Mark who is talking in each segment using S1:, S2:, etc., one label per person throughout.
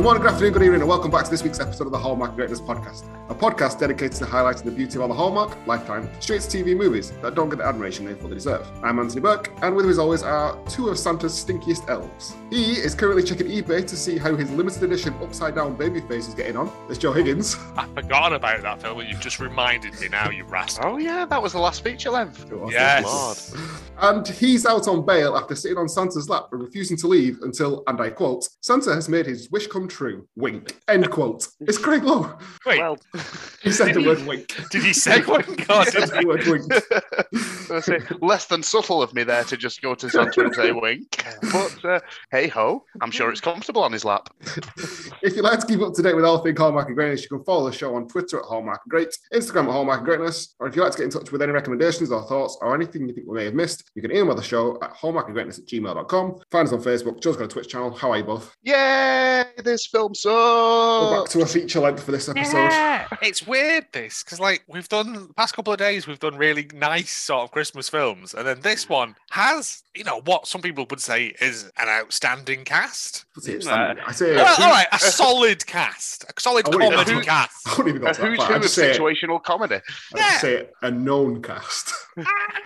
S1: Good morning, good afternoon, good evening, and welcome back to this week's episode of the Hallmark Greatness Podcast, a podcast dedicated to highlighting the beauty of all the Hallmark, Lifetime, straight to TV movies that don't get the admiration they fully deserve. I'm Anthony Burke, and with me as always are two of Santa's stinkiest elves. He is currently checking eBay to see how his limited edition upside down baby face is getting on. It's Joe Higgins.
S2: I'd forgotten about that film, but you've just reminded me now, you rascal.
S3: Oh yeah, that was the last feature length.
S2: Yes.
S1: And he's out on bail after sitting on Santa's lap and refusing to leave until, and I quote, Santa has made his wish come true. Wink. End quote. It's Craig Lowe.
S2: Wait,
S3: Well,
S1: He said the
S2: Did he-
S1: word wink.
S2: did he say one God?
S1: He said the word wink.
S3: let's say, less than subtle of me there to just go to Santa and say wink. But uh, hey ho, I'm sure it's comfortable on his lap.
S1: If you'd like to keep up to date with all things Hallmark and Greatness, you can follow the show on Twitter at Hallmark and Great, Instagram at Hallmark and Greatness, or if you'd like to get in touch with any recommendations or thoughts or anything you think we may have missed, you can email the show at hallmarkandgreatness at gmail.com. Find us on Facebook, Joe's got a Twitch channel. How are you both?
S3: Yay! This film
S1: We're
S3: so
S1: back to a feature length for this episode.
S2: Yeah, it's weird this because like we've done the past couple of days we've done really nice sort of Christmas films, and then this one has you know what some people would say is an outstanding cast.
S1: What's it, Sam? I say,
S2: Well, all right, a solid cast, a solid
S1: I wouldn't-
S2: comedy
S3: who-
S2: cast.
S1: I wouldn't even go
S3: a
S1: to that
S3: who's
S1: far.
S3: who
S1: I'd
S3: of
S1: just say,
S3: situational comedy.
S1: I'd just say a known cast.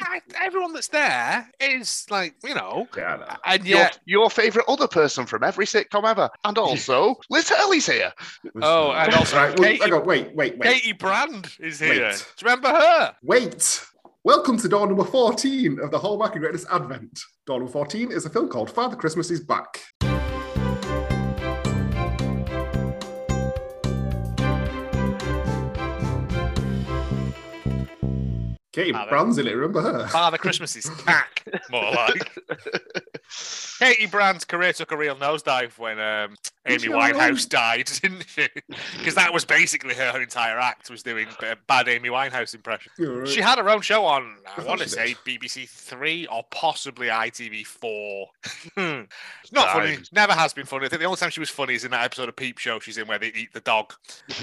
S2: Ah, Everyone that's there is like you know,
S1: yeah, I know.
S2: and
S3: Your,
S2: yet
S3: your favorite other person from every sitcom ever, and also Liz Hurley's here.
S2: Oh, and also
S1: right, well,
S2: Katie-
S1: hang on, wait, wait, wait,
S2: Katie Brand is here.
S1: Wait.
S2: Do you remember her?
S1: wait. Welcome to door number 14 of the Hallmark and Greatness Advent. Door number 14 is a film called Father Christmas is Back. Katie
S2: Ah, that- Ah,
S1: Brand's in it, remember her?
S2: Father Christmas is back, more like. Katie Brand's career took a real nosedive when um,
S1: Did
S2: Amy
S1: you alright?
S2: Winehouse died, didn't she? Because that was basically her, her entire act was doing a bad Amy Winehouse impression.
S1: You're right.
S2: She had her own show on,
S1: I
S2: I
S1: thought
S2: want to
S1: she
S2: say
S1: did.
S2: BBC Three or possibly ITV4.
S1: Hmm.
S2: Not
S3: Right.
S2: funny. Never has been funny. I think the only time she was funny is in that episode of Peep Show she's in where they eat the dog.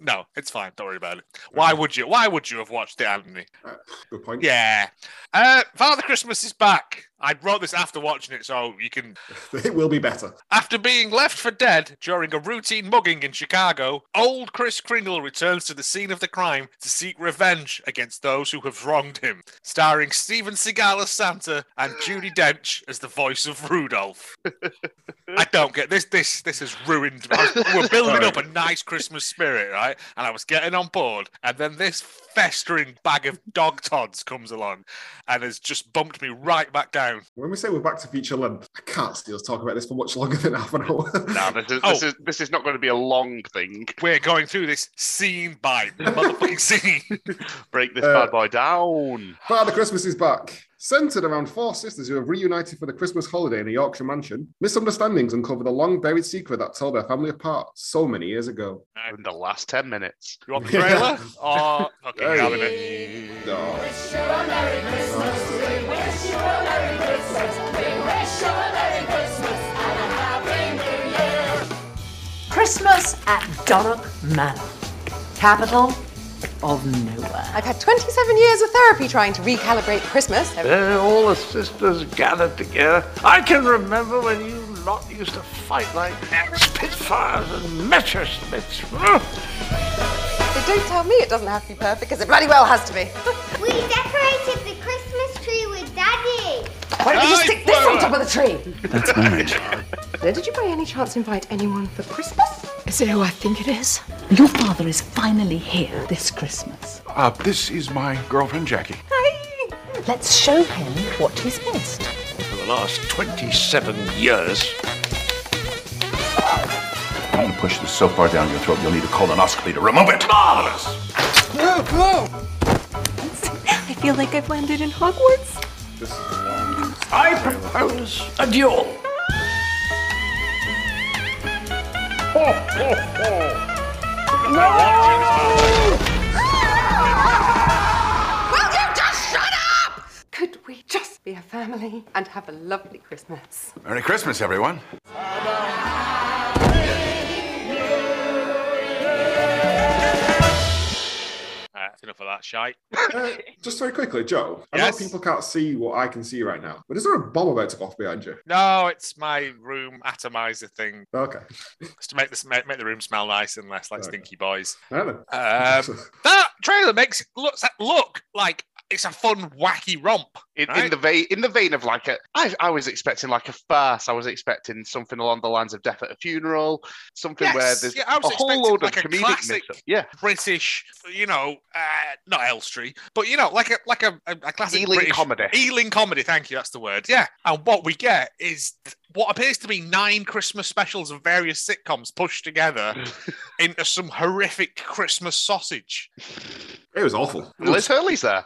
S2: no, it's fine. Don't worry about it. Why would you? Why would you have watched it, Anthony?
S1: Good point.
S2: Yeah. Uh, Father Christmas is back. I wrote this after watching it, so you can.
S1: It will be better.
S2: After being left for dead during a routine mugging in Chicago, old Chris Kringle returns to the scene of the crime to seek revenge against those who have wronged him. Starring Steven Seagal as Santa and Judy Dench as the voice of Rudolph. I don't get this. This this has ruined. I was- we we're building up a nice Christmas spirit, right? And I was getting on board, and then this festering bag of dog tods comes along, and has just bumped me right back down.
S1: When we say we're back to feature length, I can't see us talking about this for much longer than half an hour.
S3: Nah, this is,
S2: Oh.
S3: this is this is not going to be a long thing.
S2: We're going through this scene by motherfucking scene.
S3: Break this
S1: Uh,
S3: bad boy down.
S1: Father Christmas is back. Centered around four sisters who have reunited for the Christmas holiday in a Yorkshire mansion, misunderstandings uncover the long buried secret that tore their family apart so many years ago.
S3: In the last ten minutes.
S2: You want the trailer? Or fucking
S1: Hey.
S2: having it.
S1: Oh.
S4: Christmas at Donnock Manor, capital of nowhere.
S5: I've had 27 years of therapy trying to recalibrate Christmas.
S6: There, all the sisters gathered together. I can remember when you lot used to fight like Spitfires and Messerschmitts. Ugh.
S5: They don't tell me it doesn't have to be perfect because it bloody well has to be.
S7: We decorated the Christmas tree with Daddy.
S4: Why don't you just
S2: Hey,
S4: stick this on top of the tree?
S5: Did you by any chance invite anyone for Christmas?
S8: Is it who I think it is?
S4: Your father is finally here this Christmas.
S9: Uh, this is my girlfriend Jackie.
S4: Let's show him what he's missed.
S6: For the last 27 years.
S9: I'm gonna push this so far down your throat you'll need a colonoscopy to remove it. Marvelous!
S8: I feel like I've landed in Hogwarts.
S6: I propose a duel. Ho, ho, ho. No!
S5: Will you just shut up? Could we just be a family, and have a lovely Christmas.
S9: Merry Christmas, everyone.
S2: Uh, that's enough of that shite.
S1: Uh, just very quickly, Joe. I
S2: Yes?
S1: know people can't see what I can see right now, but is there a bomb about to go off behind you?
S2: No, it's my room atomizer thing.
S1: Okay.
S2: Just to make this make, make the room smell nice and less like
S1: Okay.
S2: stinky boys.
S1: All right
S2: Um,
S1: then.
S2: that trailer makes it looks look like it's a fun wacky romp.
S3: In, in
S2: Right.
S3: the vein, in the vein of like a, I, I was expecting like a farce. I was expecting something along the lines of Death at a Funeral, something where
S2: Yes,
S3: there's
S2: yeah, I was
S3: a whole
S2: expecting
S3: load
S2: like
S3: of
S2: a
S3: comedic.
S2: classic-
S3: mix-up. Yeah,
S2: British, you know, uh, not Elstree, but you know, like a like a, a, a classic
S3: Ealing
S2: British
S3: comedy.
S2: Ealing comedy. Thank you, that's the word. Yeah, and what we get is th- what appears to be nine Christmas specials of various sitcoms pushed together into some horrific Christmas sausage.
S1: It was awful. It was,
S3: Liz Hurley's there.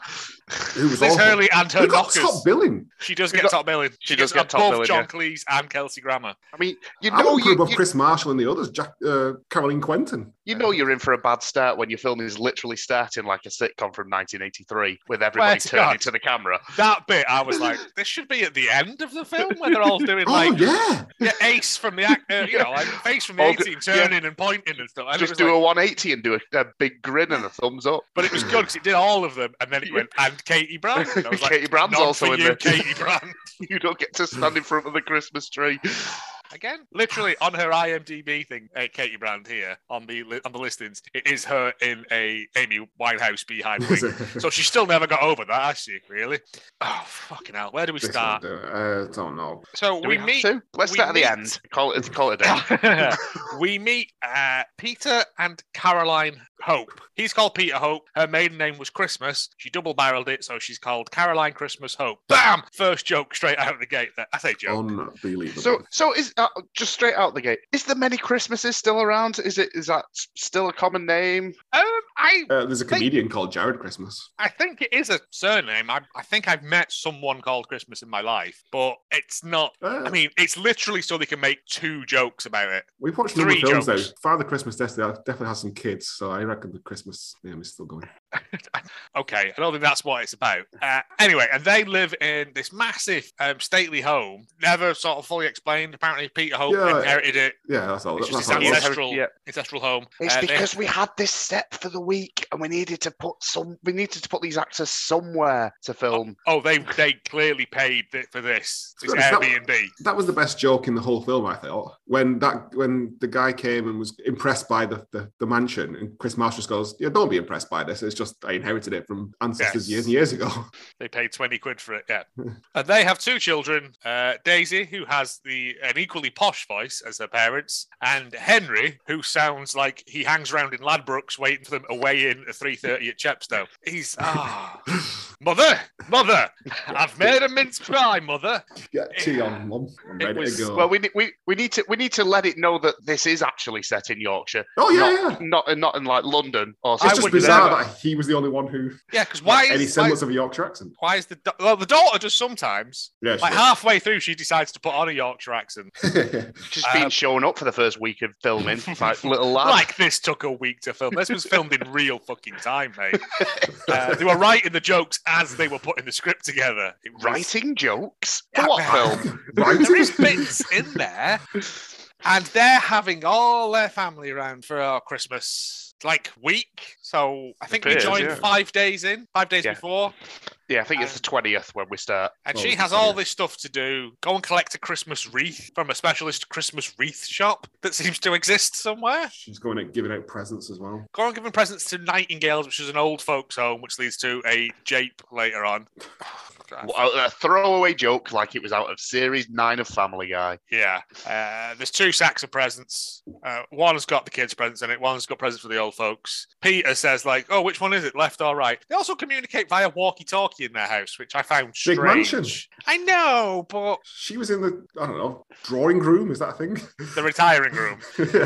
S1: it was
S2: Liz
S1: awful.
S2: Hurley and her
S1: we got
S2: knockers.
S1: top billing.
S2: She does
S3: We
S2: get
S3: got-
S2: top billing.
S3: she does
S2: gets
S3: get top
S2: above
S3: billing,
S2: John
S3: yeah.
S2: Cleese and Kelsey Grammer.
S3: I mean, you
S1: I
S3: know,
S1: don't
S3: you,
S1: approve of
S3: you,
S1: Chris Marshall and the others, Jack, uh, Caroline Quentin.
S3: you know you're in for a bad start when your film is literally starting like a sitcom from 1983 with everybody
S2: to
S3: turning
S2: God.
S3: to the camera.
S2: That bit, I was like, this should be at the end of the film where they're all doing
S1: Oh,
S2: like
S1: yeah.
S2: yeah, Ace from the ac- uh, you know, like Ace from the
S3: All good-
S2: 18 turning and pointing and stuff. And it
S3: Just
S2: was
S3: do
S2: like-
S3: a 180 and do a, a big grin and a thumbs up.
S2: But it was good because it did all of them, and then it went and Katie Brand. And I was like,
S3: Katie Brand's
S2: "None
S3: also
S2: for
S3: in
S2: you,
S3: there."
S2: Katie Brand
S3: You don't get to stand in front of the Christmas tree.
S2: again. Literally on her IMDb thing, uh, Katie Brand here on the li- on the listings. It is her in a Amy Winehouse behind
S1: Is
S2: wing.
S1: it?
S2: so she still never got over that. I see, really. Oh fucking hell! Where do we
S1: This
S2: start?
S1: won't do it. Uh, don't know.
S2: So
S3: Do
S2: we,
S3: have
S2: meet.
S3: to? Let's
S2: we
S3: start at the
S2: meet-
S3: end. Call it. Call it a day.
S2: we meet uh, Peter and Caroline Hope. He's called Peter Hope. Her maiden name was Christmas. She double barreled it, so she's called Caroline Christmas Hope. Bam! First joke straight out of the gate. There. I say joke.
S1: Unbelievable.
S3: So, so is uh, just straight out the gate. Is the many Christmases still around? Is it is that s- still a common name?
S2: Um, I
S1: uh, there's a
S2: Thank-
S1: comedian called Jared Christmas.
S2: I think it is a surname. I, I think I've met someone called Christmas in my life, but it's not.
S1: Uh,
S2: I mean, it's literally so they can make two jokes about it.
S1: We've watched a number of
S2: Three
S1: films
S2: jokes.
S1: though. Father Christmas definitely, uh, definitely has some kids, so I reckon the Christmas name is still going.
S2: Okay, I don't think that's what it's about. Uh, anyway, and they live in this massive, um, stately home. Never sort of fully explained. Apparently, Peter Hope
S1: Yeah.
S2: inherited it.
S1: Yeah, that's all.
S2: It's
S1: that's
S2: just
S1: all
S2: his
S1: it was.
S2: ancestral,
S3: Yeah.
S2: ancestral home.
S3: It's
S2: Uh, they-
S3: because we had this set for the week, and we needed to put some. We needed to put these actors somewhere to film.
S2: oh, they they clearly paid th- for this. This
S1: Good, is that-
S2: Airbnb.
S1: That was the best joke in the whole film, I thought. When that when the guy came and was impressed by the, the, the mansion, and Chris Marsh just goes, "Yeah, don't be impressed by this. It's just I inherited it from ancestors
S2: Yes.
S1: years and years ago."
S2: They paid twenty quid for it. Yeah, and they have two children: uh, Daisy, who has the an equally posh voice as her parents, and Henry, who sounds like he hangs around in Ladbrokes waiting for them to weigh in at three thirty at Chepstow. He's ah, mother, mother, I've made a mince pie, mother.
S1: Get tea on, mum. I'm
S2: It
S1: ready
S2: was-
S1: to go.
S3: Well, we, ne- we we need to we need to let it know that this is actually set in Yorkshire.
S1: oh yeah,
S3: not,
S1: yeah.
S3: not and not in like London or
S2: I
S1: It's just
S2: would
S1: bizarre
S2: never-
S1: that he was the only one who
S2: Yeah, because why
S1: any
S2: is why,
S1: semblance of a Yorkshire accent.
S2: why is the da- well the daughter does sometimes.
S1: Yeah,
S2: Like halfway through, she decides to put on a Yorkshire accent.
S1: sure.
S3: just being
S2: Um,
S3: shown up for the first week of filming. like little lad.
S2: Like this took a week to film. This was filmed in real fucking time, mate. Uh, they were writing the jokes as they were putting the script together. It was-
S3: writing jokes for what film?
S1: right?
S2: There is bits in there, and they're having all their family around for our Christmas like week. So I think we
S3: Appears,
S2: joined
S3: yeah.
S2: five days in, five days
S3: Yeah.
S2: before,
S3: Yeah, I think it's the twentieth when we start.
S2: and
S1: Well,
S2: she
S1: it's
S2: has all
S1: brilliant.
S2: this stuff to do. Go and collect a Christmas wreath from a specialist Christmas wreath shop that seems to exist somewhere.
S1: She's going out giving out presents as well.
S2: Go on giving presents to Nightingales, which is an old folks' home, which leads to a jape later on.
S3: A, a throwaway joke like it was out of series nine of Family Guy.
S2: Yeah. Uh, there's two sacks of presents. Uh, one's got the kids' presents in it, one's got presents for the old folks. Peter says, like, oh, which one is it, left or right? They also communicate via walkie talkie in their house, which I found strange.
S1: Big mansion.
S2: I know, but
S1: She was in the I don't know drawing room. Is that a thing?
S2: the retiring room.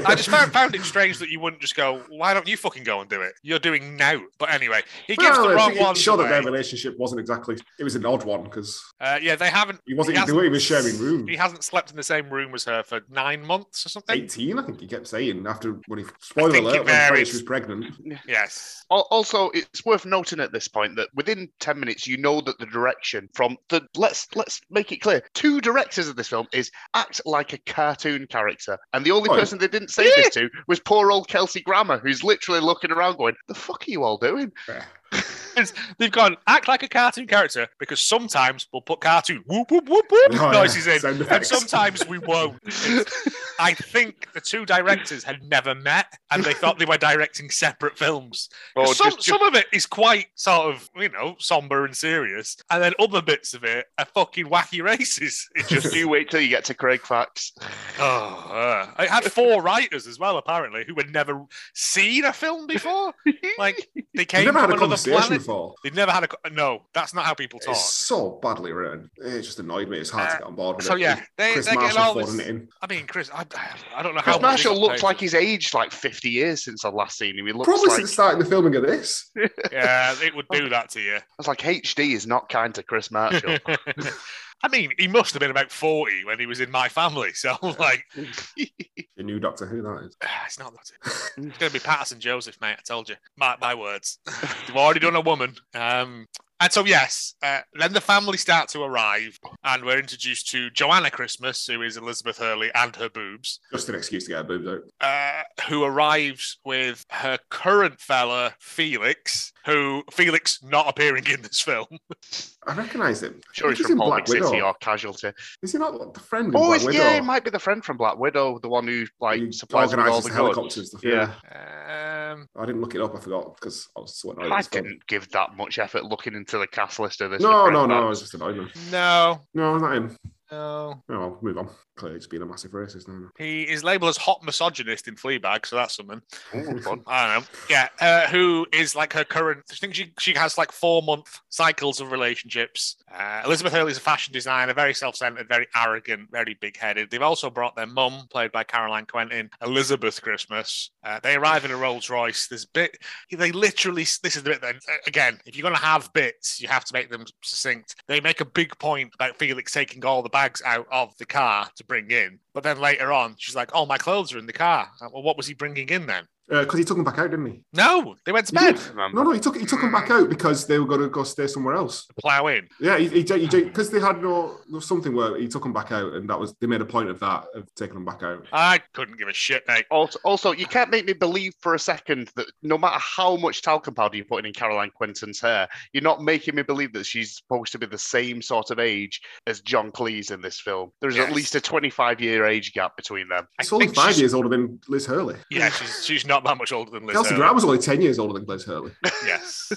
S2: I just found, found it strange that you wouldn't just go, why don't you fucking go and do it? You're doing now. But anyway, he gives
S1: Well,
S2: the
S1: I
S2: wrong
S1: think it
S2: one.
S1: showed that
S2: away.
S1: their relationship wasn't exactly. It was an odd one because
S2: Uh, yeah, they haven't.
S1: he wasn't.
S2: he
S1: They
S2: hasn't-
S1: weren't even sharing rooms.
S2: He hasn't slept in the same room as her for nine months or something.
S1: 18, I think he kept saying after when he spoiler
S2: think it
S1: alert when he found out
S2: varies.
S1: she was pregnant.
S2: Yes.
S3: Al- Also, it's worth noting at this point that within ten minutes, you know that the direction from the let's let's make it clear, two directors of this film is act like a cartoon character, and the only
S1: Oh, yeah.
S3: person they didn't say this to was poor old Kelsey Grammer, who's literally looking around going, "The fuck are you all doing?"
S2: It's- They've gone act like a cartoon character because sometimes we'll put cartoon whoop whoop whoop whoop
S1: Oh, yeah,
S2: noises in,
S1: sound
S2: and
S1: effects.
S2: sometimes we won't. I think the two directors had never met, and they thought they were directing separate films. 'Cause
S3: Or
S2: some,
S3: just-
S2: some of it is quite sort of you know somber and serious, and then other bits of it are fucking wacky races. It just
S3: just you wait till you get to Craig Fax.
S2: oh, uh, it had four writers as well apparently who had never seen a film before. Like they
S1: They've
S2: came
S1: never had
S2: from
S1: a
S2: another
S1: conversation
S2: planet.
S1: before.
S2: They've never had a co- no. That's not how people talk.
S1: It's so badly written. It just annoyed me. It's hard to
S2: Uh,
S1: get on board with
S2: so
S1: it.
S2: yeah, they,
S1: Chris
S2: they're getting all
S1: Marshall
S2: this.
S1: phoning it in.
S2: I mean, Chris, I, I don't know how
S3: Because
S2: much
S3: Marshall
S2: he got
S3: looks
S2: paid.
S3: like he's aged like fifty years since I last seen him. He looks
S1: Probably
S3: like
S1: since starting the filming of this.
S2: yeah, it would do that to you.
S3: I was like HD is not kind to Chris Marshall.
S2: I mean, he must have been about forty when he was in my family. So like,
S1: The new Doctor Who that is.
S2: ah, it's not that. It's going to be Patterson Joseph, mate. I told you. Mark my words. They've already done a woman. Um, and so yes, uh, then the family start to arrive, and we're introduced to Joanna Christmas, who is Elizabeth Hurley and her boobs.
S1: Just an excuse to get her boobs out.
S2: uh, who arrives with her current fella, Felix, who Felix not appearing in this film.
S1: I recognise him.
S3: sure, he's
S1: He's
S3: from
S1: in
S3: Paul
S1: Black
S3: Big City
S1: Widow.
S3: or Casualty.
S1: Is he not the friend? in
S3: Oh,
S1: Black
S3: it's-
S1: Widow?
S3: yeah, he might be the friend from Black Widow, the one who like
S1: He
S3: supplies him with all
S1: organises
S3: the
S1: helicopters.
S3: goods.
S1: and stuff,
S3: Yeah.
S2: Um,
S1: I didn't look it up. I forgot because I was so annoyed.
S3: I
S1: at this film.
S3: didn't give that much effort looking into the cast list of this.
S1: No,
S3: with
S1: no,
S3: Brad
S1: no. I
S3: Pitt.
S1: was just annoyed. man.
S2: no,
S1: No, not him.
S2: no.
S1: Oh, well, move on. Clearly, just being a massive racist. No, no.
S2: He is labelled as hot misogynist in Fleabag, so that's something.
S3: Ooh, fun.
S2: I don't know. Yeah, uh, who is like her current? I think she she has like four month cycles of relationships. Uh, Elizabeth Hurley is a fashion designer, very self centered, very arrogant, very big headed. They've also brought their mum, played by Caroline Quentin, Elizabeth Christmas. Uh, they arrive in a Rolls Royce. There's bit they literally this is the bit that again, if you're gonna have bits, you have to make them succinct. They make a big point about Felix taking all the bags out of the car to bring in, but then later on, she's like, "Oh, my clothes are in the car." Uh, Well, what was he bringing in then?
S1: Because Uh, he took them back out, didn't he?
S2: No, they went to
S1: He
S2: bed.
S1: did.
S3: Remember.
S1: No, no, he took he took them back out because they were going to go stay somewhere else.
S2: Plow in.
S1: Yeah, he because they had no there was something where he took them back out, and that was they made a point of that of taking them back out.
S2: I couldn't give a shit, mate.
S3: Also, also, you can't make me believe for a second that no matter how much talcum powder you're putting in Caroline Quinton's hair, you're not making me believe that she's supposed to be the same sort of age as John Cleese in this film. There's
S2: Yes.
S3: at least a 25 year age gap between them.
S2: I
S1: It's only
S2: think
S1: five
S2: she's-
S1: years older than Liz Hurley.
S2: Yeah, she's she's not that much older than Liz.
S1: Kelsey
S2: Hurley.
S1: Graham was only ten years older than Liz Hurley.
S2: Yes.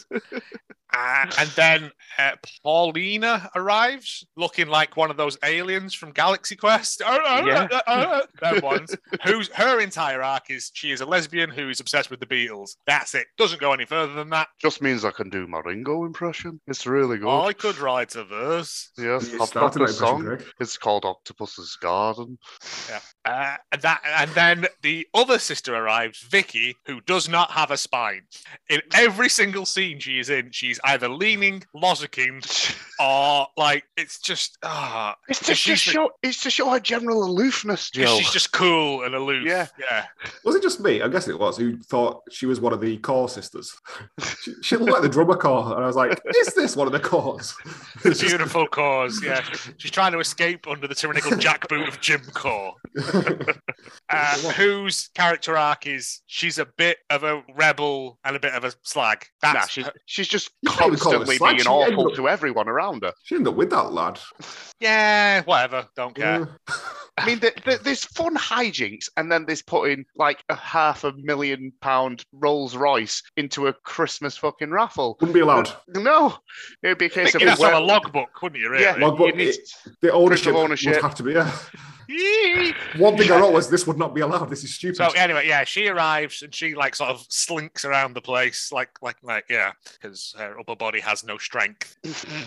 S2: Uh, and then uh, Paulina arrives, looking like one of those aliens from Galaxy Quest. Uh, uh,
S3: Yeah.
S2: uh, uh, uh, them ones. Who's her entire arc is she is a lesbian who is obsessed with the Beatles. That's it. Doesn't go any further than that.
S3: Just means I can do my Ringo impression. It's really good.
S2: I could write a verse.
S3: Yes,
S1: You
S3: I've got
S1: started
S3: the
S1: that impression,
S3: song.
S1: Greg.
S3: It's called Octopus's Garden.
S2: Uh, and that, and then the other sister arrives, Vicky, who does not have a spine. In every single scene she is in, she's either leaning, lozenging, or like it's just ah,
S3: It's
S2: to-
S3: to,
S2: She's just the-
S3: show, it's to show her general aloofness, Joe.
S2: she's just cool and aloof.
S3: Yeah.
S2: yeah.
S1: Was it just me? I guess it was. Who thought she was one of the core sisters? she, she looked like the drummer core, and I was like, "Is this one of the cores?"
S2: The beautiful cause. Yeah, she's trying to escape under the tyrannical jackboot of Jim Core, uh, whose character arc is she's a bit of a rebel and a bit of a slag. That's
S3: nah, she's,
S2: her-
S3: she's just
S1: You can't even call her
S3: constantly
S1: slag,
S3: being
S1: she ended
S3: awful
S1: up-
S3: to everyone around her.
S1: she ended up with that lad.
S2: yeah, whatever. Don't
S3: Mm.
S2: care.
S1: Uh,
S3: I mean, th th there's fun hijinks, and then there's putting like a half a million pound Rolls Royce into a Christmas fucking raffle.
S1: wouldn't be allowed.
S3: No, it'd be
S2: I
S3: a case
S2: think
S3: of
S2: you'd have to have a
S3: well,
S2: logbook, wouldn't you? Really?
S3: Yeah,
S1: Logbook,
S3: you need-
S1: The ownership,
S3: ownership.
S1: would have to be. Yeah. One thing I wrote was this would not be allowed. This is stupid.
S2: So anyway, yeah, she arrives and she like sort of slinks around the place, like like like yeah, because her upper body has no strength.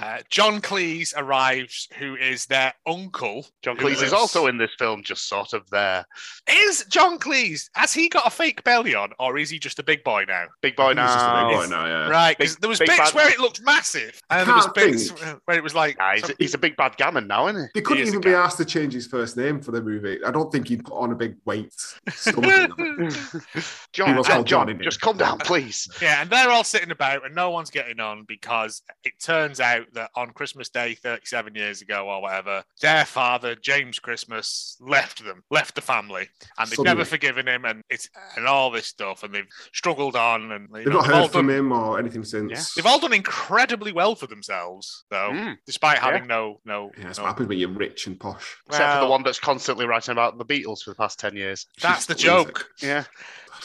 S2: Uh, John Cleese arrives, who is their uncle.
S3: John
S2: who
S3: Cleese is
S2: lives-
S3: also in this film, just sort of there.
S2: Is John Cleese? Has he got a fake belly on, or is he just a big boy now?
S3: Big boy
S1: He's just a
S3: now.
S1: big boy now, yeah.
S2: Right, 'cause
S3: Big-
S2: there was
S3: big
S2: bits
S3: bad-
S2: where it looked massive, and there was
S1: Can't
S2: bits
S1: think.
S2: where it was like
S3: Nah, he's, he's a big bad gammon now, isn't
S1: They
S2: He
S1: couldn't
S2: is
S1: even
S2: a
S1: be
S2: guy.
S1: asked to change his first name for the movie. I don't think he'd put on a big weight. Something.
S3: he? John,
S1: He was
S3: uh,
S1: called John,
S3: John,
S1: isn't he?
S3: just calm down, please.
S2: Yeah, and they're all sitting about and no one's getting on because it turns out that on Christmas Day 37 years ago or whatever, their father, James Christmas, left them, left the family, and they've
S1: Suddenly.
S2: never forgiven him and it's and all this stuff and they've struggled on and you
S1: They've
S2: know,
S1: not
S2: they've all
S1: heard from
S2: done,
S1: him or anything since.
S2: they've all done incredibly well for themselves though,
S3: Mm.
S2: despite having no no,
S1: Yeah, that's
S2: no-
S1: what happens when you're rich and posh.
S3: Except for the
S2: Well,
S3: one that's constantly writing about the Beatles for the past 10 years.
S2: That's the
S1: She's
S2: joke.
S3: Yeah.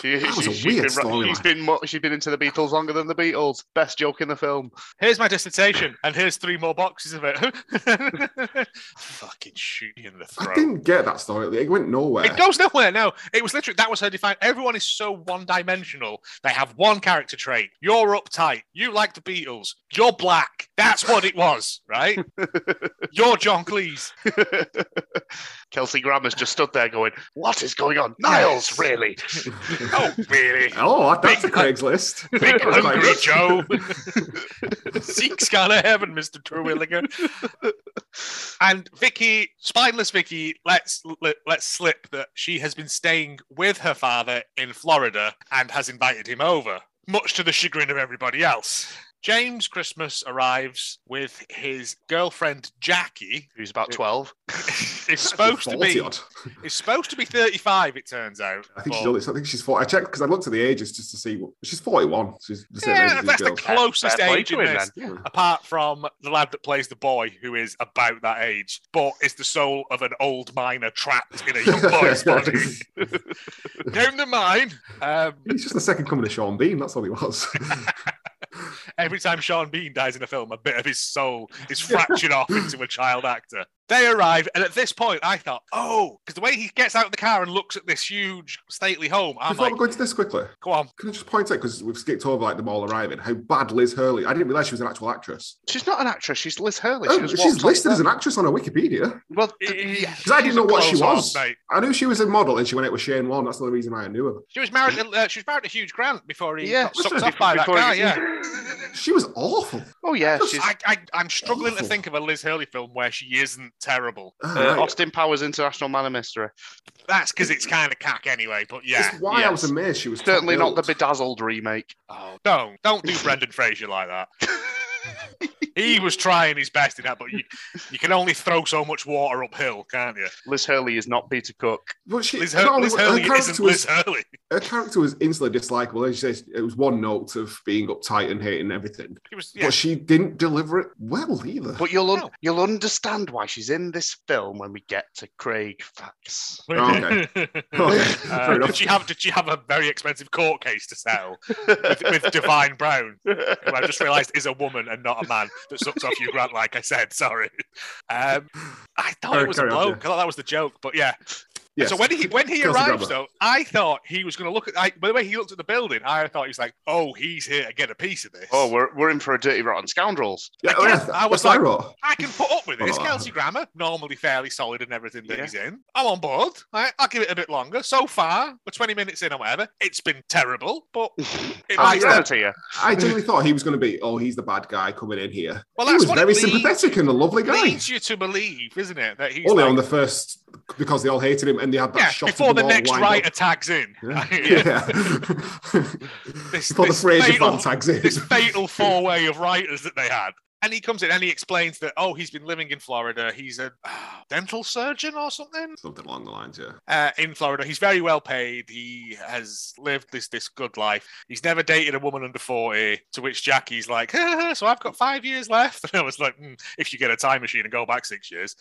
S3: She,
S1: That was a
S3: she's
S1: weird
S3: been, ra-
S1: storyline.
S3: she's been mo- she's been into the Beatles longer than the Beatles. Best joke in the film.
S2: Here's my dissertation, and here's three more boxes of it. Fucking shoot you in the
S1: I
S2: throat.
S1: didn't get that story. It went nowhere.
S2: It goes nowhere. No, it was literally that was her define. Everyone is so one-dimensional. They have one character trait. You're uptight. You like the Beatles. You're black. That's what it was, right? You're John Cleese.
S3: Kelsey Grammer's just stood there going, What is going on? Niles, really?
S2: Oh, really?
S1: Oh, that- that's a
S2: Big-
S1: Craigslist.
S2: Big
S1: That's quite
S2: hungry
S1: good.
S2: Joe. Seeks kind of heaven, Mister Terwilliger. And Vicky, spineless Vicky, let's let, let's slip that she has been staying with her father in Florida and has invited him over, much to the chagrin of everybody else. James Christmas arrives with his girlfriend Jackie.
S3: Who's about 12?
S2: It's supposed to be
S1: 40 odd.
S2: it's supposed to be 35, it turns out.
S1: I think she's
S2: but-
S1: only, I think she's 40. I checked because I looked at the ages just to see what she's 41. She's the same
S2: yeah,
S1: age as
S2: that's
S1: these
S2: the
S1: girls.
S2: closest
S3: Fair play
S2: age
S3: to
S2: in
S3: him,
S2: this.
S1: Yeah.
S2: apart from the lad that plays the boy, who is about that age, but is the soul of an old miner trapped in a young boy's body. Down the mine. Um,
S1: He's just the second coming of Sean Bean. That's all he was.
S2: every time Sean Bean dies in a film, a bit of his soul is fractured off into a child actor. They arrive, and at this point, I thought, oh, because the way he gets out of the car and looks at this huge, stately home, I'm
S1: Before
S2: like,
S1: we go into this quickly,
S2: go on.
S1: can I just point out because we've skipped over like them all arriving how bad Liz Hurley? I didn't realize she was an actual actress.
S3: She's not an actress. She's Liz Hurley.
S1: Oh,
S3: she was
S1: she's
S3: walked on
S1: listed as
S3: set.
S1: an actress on her Wikipedia
S3: Well, th- yeah.
S2: Because
S1: because I didn't know what she was.
S2: mate.
S1: I knew she was a model and she went out with Shane Warne. That's the only reason I knew her.
S2: She was married. To, uh, she was married to Hugh Grant before he
S3: Yeah,
S2: got sucked
S1: wasn't
S2: off by that
S3: before he-
S2: guy. Yeah,
S1: She was awful.
S3: Oh, yeah. She's,
S2: I, I, I'm struggling to
S1: awful.
S2: think of a Liz Hurley film where she isn't terrible.
S1: Ah,
S3: uh,
S1: right.
S3: Austin Powers International Man of Mystery.
S2: That's because it's kind of cack anyway. But yeah,
S1: It's why I was
S3: yes.
S1: amazed she was
S3: Certainly not the
S1: top-billed.
S3: Bedazzled remake.
S2: oh, don't don't do Brendan Fraser like that. he was trying his best in that, but you you can only throw so much water uphill, can't you?
S3: Liz Hurley is not Peter Cook.
S1: But she,
S2: Liz,
S1: not
S2: Hur-
S1: only-
S2: Liz
S1: her
S2: Hurley
S1: character
S2: isn't
S1: was-
S2: Liz Hurley.
S1: her character was instantly dislikable. As you say, it was one note of being uptight and hating everything.
S2: He was yeah.
S1: But she didn't deliver it well either.
S3: But you'll un-
S2: No.
S3: you'll understand why she's in this film when we get to Craig Facts.
S1: Oh, okay. Okay,
S2: Uh,
S1: fair enough.
S2: did she have did she have a very expensive court case to settle with, with Divine Brown, who I just realised is a woman and not a man that sucks off you Grant, like I said. Sorry, um, I thought
S1: Alright,
S2: it was a
S1: carry on, yeah.
S2: bloke. I thought that was the joke, but yeah.
S1: Yes.
S2: So when he when he
S1: Kelsey Grammer.
S2: arrives though, I thought he was going to look at I, by the way he looked at the building. I thought he was like, oh, he's here to get a piece of this.
S3: Oh, we're, we're in for a dirty rotten scoundrels.
S1: yeah,
S2: I guess
S1: yeah,
S2: I was
S1: that's what
S2: like-
S1: wrote.
S2: I can put up with this.
S1: Oh.
S2: Kelsey Grammer, normally fairly solid in everything that
S3: Yeah.
S2: he's in. I'm on board. I, I'll give it a bit longer. So far, we're 20 minutes in or whatever. It's been terrible, but
S1: I
S2: it might.
S3: I
S1: Ah, yeah.
S3: guarantee you.
S1: I genuinely thought he was going to be, oh, he's the bad guy coming in here.
S2: Well,
S1: he
S2: that's
S1: was
S2: what
S1: very
S2: it leads,
S1: sympathetic and a lovely guy.
S2: leads you to believe, isn't it? That he's
S1: Only
S2: like,
S1: on the first, because they all hated him and they had that
S2: yeah,
S1: shot of
S2: before the
S1: them all
S2: next
S1: lined
S2: writer
S1: up.
S2: tags in.
S1: Yeah.
S2: Yeah.
S1: yeah.
S2: This-
S1: before the
S2: this
S1: Fraser
S2: fatal-
S1: fan tags in.
S2: this fatal four way of writers that they had. And he comes in and he explains that, oh, he's been living in Florida. He's a uh, dental surgeon or something
S1: Something along the lines, yeah.
S2: uh, in Florida. He's very well paid. He has lived this, this good life. He's never dated a woman under 40. To which Jackie's like, so I've got five years left. And I was like, "Hmm, if you get a time machine and go back six years.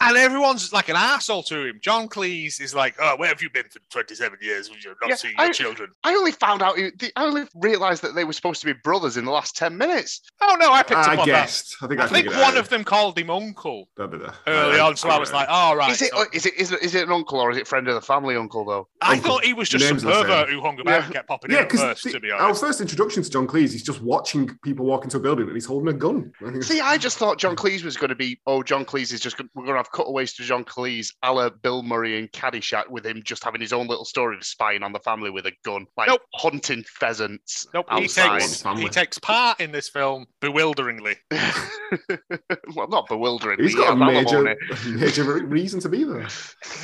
S2: And everyone's like an asshole to him. John Cleese is like, "Oh, where have you been for 27 years? You've not
S3: Yeah,
S2: seen your
S3: I-
S2: children."
S3: I only found out. I only realised that they were supposed to be brothers in the last ten minutes.
S2: Oh no, I picked up
S1: I
S2: on
S1: guessed. I think
S2: that.
S1: I,
S2: I think one of them called him uncle early on, so I was like, "All right."
S3: Is it,
S2: so-
S3: is it is it is it an uncle or is it friend of the family uncle though?
S2: I
S1: Uncle.
S2: thought he was just some
S1: Name's the same.
S2: pervert who hung about
S3: Yeah.
S2: and kept popping
S1: yeah,
S2: in first.
S1: because
S2: to be
S1: our
S2: honest,
S1: first introduction to John Cleese, he's just watching people walk into a building and he's holding a gun.
S3: See, I just thought John Cleese was going to be. Oh, John Cleese is just. Gonna, we're going to have cutaways to John Cleese, a la Bill Murray and Caddyshack, with him just having his own little story of spying on the family with a gun, like
S2: Nope.
S3: hunting pheasants.
S2: nope. He
S3: outside.
S2: takes
S1: Family.
S2: he takes part in this film bewilderingly.
S3: well, not bewildering.
S1: he's
S3: but
S1: got a
S3: yeah, Malamone.
S1: major, major re- reason to be there.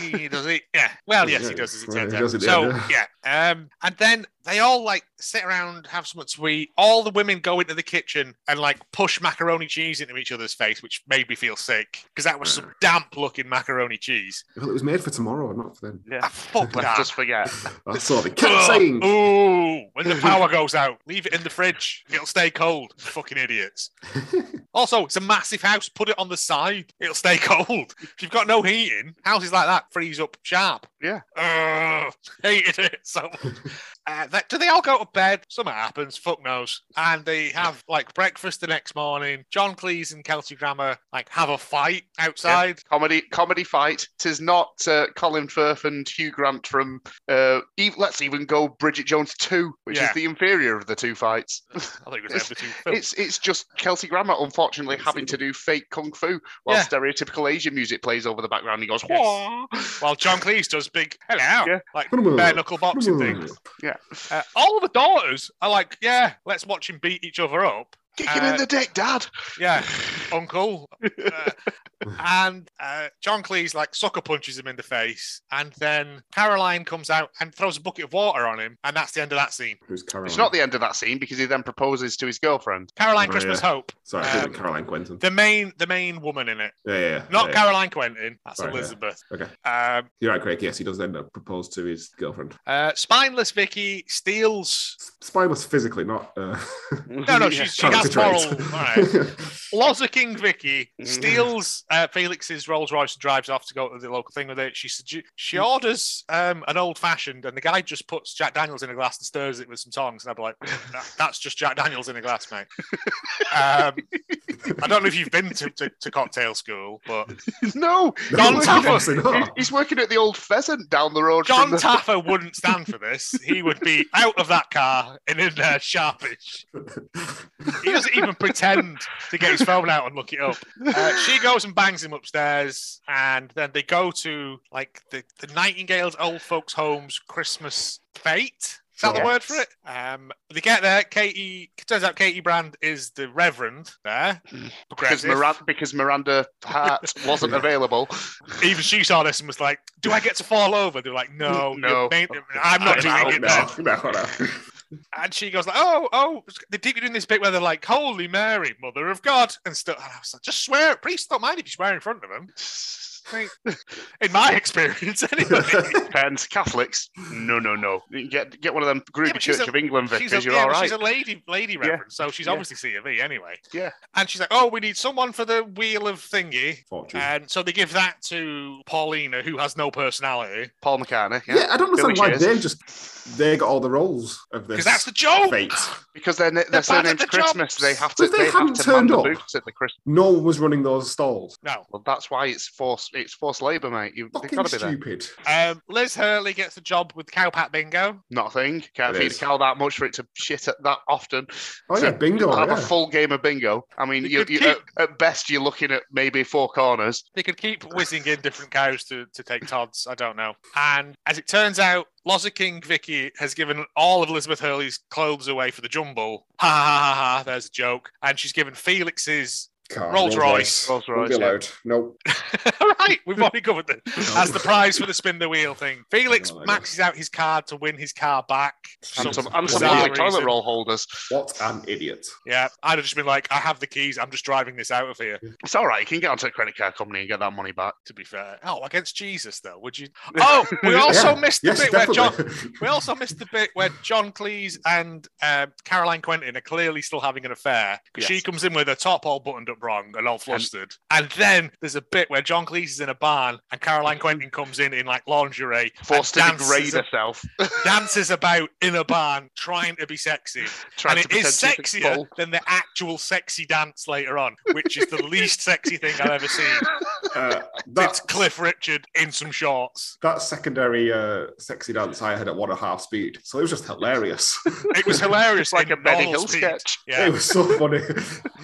S2: he does it. Yeah. Well, yes,
S1: Yeah,
S2: he does. As it
S1: well,
S2: turns
S1: he
S2: out.
S1: does at the
S2: so
S1: end,
S2: yeah. Um, and then they all like sit around, have something to eat. All the women go into the kitchen and like push macaroni cheese into each other's face, which made me feel sick because that was some damp looking macaroni cheese.
S1: Well, it was made for tomorrow, not for then.
S2: Ah, fuck
S3: Let's
S2: that.
S3: just forget.
S1: That's all they kept
S2: Ugh.
S1: saying.
S2: Ooh, when the power goes out, leave it in the fridge. It'll stay cold. Fucking idiots. also, it's a massive house. Put it on the side. It'll stay cold. If you've got no heating, houses like that freeze up sharp.
S3: Yeah.
S2: Ugh, hated it so much. uh, that, do they all go to bed? Something happens. Fuck knows. And they have like breakfast the next morning. John Cleese and Kelsey Grammer like have a fight outside.
S3: Comedy, comedy fight. Tis not uh, Colin Firth and Hugh Grant from. Uh, ev let's even go Bridget Jones Two, which
S2: Yeah.
S3: is the inferior of the two fights.
S2: I think it was
S3: It's-
S2: the two films.
S3: It's it's just Kelsey Grammer, unfortunately, having to do fake kung fu while
S2: Yeah.
S3: stereotypical Asian music plays over the background. He goes,
S2: Yes.
S3: "Wah."
S2: While John Cleese does big hello,
S3: Yeah.
S2: like bare knuckle boxing thing.
S3: yeah,
S2: Uh, all the daughters are like, yeah, let's watch him beat each other up.
S3: kicking
S2: Uh,
S3: in the dick, Dad.
S2: Yeah, uncle. Uh, and uh, John Cleese like sucker punches him in the face, and then Caroline comes out and throws a bucket of water on him, and that's the end of that scene.
S1: Who's Caroline?
S2: Hmm.
S3: It's not the end of that scene because he then proposes to his girlfriend.
S2: Caroline
S1: Oh,
S2: Christmas
S1: yeah.
S2: Hope,
S1: Sorry, I
S2: um,
S1: think Caroline Quentin.
S2: the main the main woman in it,
S1: yeah, yeah, yeah.
S2: not
S1: yeah,
S2: Caroline Quentin. That's
S1: Right, yeah.
S2: Elizabeth.
S1: Okay.
S2: Um,
S1: You're right, Craig. Yes, he does end up propose to his girlfriend.
S2: uh, spineless Vicky steals.
S1: S- Spineless physically, not. Uh,
S2: No, no, she's, she
S1: character
S2: has moral.
S1: traits.
S2: all right. Lotta King Vicky steals uh, Felix's Rolls Royce and drives off to go to the local thing with it. She sugge- she orders um, an old fashioned, and the guy just puts Jack Daniels in a glass and stirs it with some tongs. And I'm like, "That- that's just Jack Daniels in a glass, mate. um, I don't know if you've been to, to, to cocktail school, but
S3: no,
S2: John Taffer.
S3: he's working,
S1: obviously not.
S3: he's- he's working at the old pheasant down the road.
S2: John
S3: from the-
S2: Taffer wouldn't stand for this. He would be out of that car and in there sharpish. He doesn't even pretend to get his phone out and look it up. Uh, she goes and bangs him upstairs, and then they go to like the, the Nightingale's old folks' home's Christmas fete. Is that the
S3: Yes.
S2: word for it? Um, they get there. Katie turns out Katie Brand is the Reverend there.
S3: because
S2: Progressive.
S3: Miranda, because Miranda Hart wasn't available.
S2: Even she saw this and was like, "Do I get to fall over?" They're like, "No,
S3: No.
S2: you're ma- I'm not doing
S1: no,
S2: it." then."
S1: no, no, no.
S2: And she goes like, "Oh, oh!" They keep doing this bit where they're like, "Holy Mary, Mother of God," and stuff. And I was like, "Just swear, priests don't mind if you swear in front of them." Like, in my experience, anyway.
S3: Depends. Catholics, no, no, no. Get get one of them
S2: Yeah,
S3: groovy
S2: but she's
S3: Church
S2: a-
S3: of England
S2: She's a,
S3: vicars. You're
S2: yeah,
S3: all
S2: but
S3: right.
S2: she's a lady, lady reverend, so she's
S3: yeah.
S2: obviously C of E anyway.
S3: Yeah.
S2: And she's like, "Oh, we need someone for the wheel of thingy."
S1: Fortune.
S2: And so they give that to Paulina, who has no personality,
S3: Paul McCartney.
S1: yeah, I don't understand
S3: Billy
S1: why
S3: Shears.
S1: they just they got all the roles of this.
S2: because that's the joke.
S1: fate.
S3: Because their, their
S2: They're bad at
S3: surname's
S2: the
S3: Christmas,
S2: jobs.
S3: they have
S1: But
S3: to
S1: if they
S3: they, have
S1: hadn't
S3: to man
S1: turned
S3: the
S1: up-
S3: boots at the Christmas.
S1: No one was running those stalls.
S2: No.
S3: Well, that's why it's forced. It's forced labour, mate. You, they've
S1: Fucking
S3: got to be there.
S1: stupid.
S2: Um, Liz Hurley gets a job with Cowpat Bingo.
S3: Nothing. Can't
S1: It
S3: feed a
S1: is.
S3: cow that much for it to shit at that often.
S1: Oh
S3: So
S1: yeah, bingo.
S3: have
S1: Yeah.
S3: a full game of bingo. I mean,
S2: They
S3: you,
S2: could
S3: you,
S2: keep-
S3: at, at best you're looking at maybe four corners.
S2: They could keep whizzing in different cows to, to take Todd's. I don't know. And as it turns out, Loza King Vicky has given all of Elizabeth Hurley's clothes away for the jumble. Ha ha ha ha. There's a joke. And she's given Felix's.
S1: Car,
S2: Rolls Royce.
S3: Rolls
S1: Won't
S3: Royce.
S1: be
S3: yeah.
S1: allowed. Nope.
S2: right, we've already covered that. As the prize for the spin the wheel thing. Felix
S1: No, I know.
S2: maxes out his card to win his car back.
S3: And some,
S1: Some
S3: and some
S1: bizarre
S3: lovely toilet
S2: reason.
S3: roll holders.
S1: What an idiot.
S2: Yeah, I'd have just been like, I have the keys. I'm just driving this out of here,
S3: It's all right. You can get onto a credit card company and get that money back.
S2: to be fair. Oh, against Jesus, though, would you? Oh, we also
S1: Yeah.
S2: missed the
S1: Yes,
S2: bit where John.
S1: definitely.
S2: We also missed the bit where John um, Cleese and uh, Caroline Quentin are clearly still having an affair. 'cause She
S3: Yes.
S2: comes in with her top all buttoned up wrong and all flustered. And, then there's a bit where John Cleese is in a barn and Caroline Quentin comes in in like lingerie, and
S3: Forced to
S2: dances
S3: degrade
S2: ab-
S3: herself.
S2: dances about in a barn trying to be sexy.
S3: Trying
S2: and
S3: to
S2: it is
S3: pretend she's a
S2: sexier
S3: bull.
S2: than the actual sexy dance later on, which is the least sexy thing I've ever seen.
S1: Uh,
S2: That's
S1: that,
S2: Cliff Richard in some shorts.
S1: that secondary uh, sexy dance I had at one and a half speed, so it was just hilarious.
S2: It was hilarious.
S3: like
S2: in
S3: a Benny
S2: normal
S3: Hill
S2: speed.
S3: sketch.
S2: Yeah.
S1: It was so funny.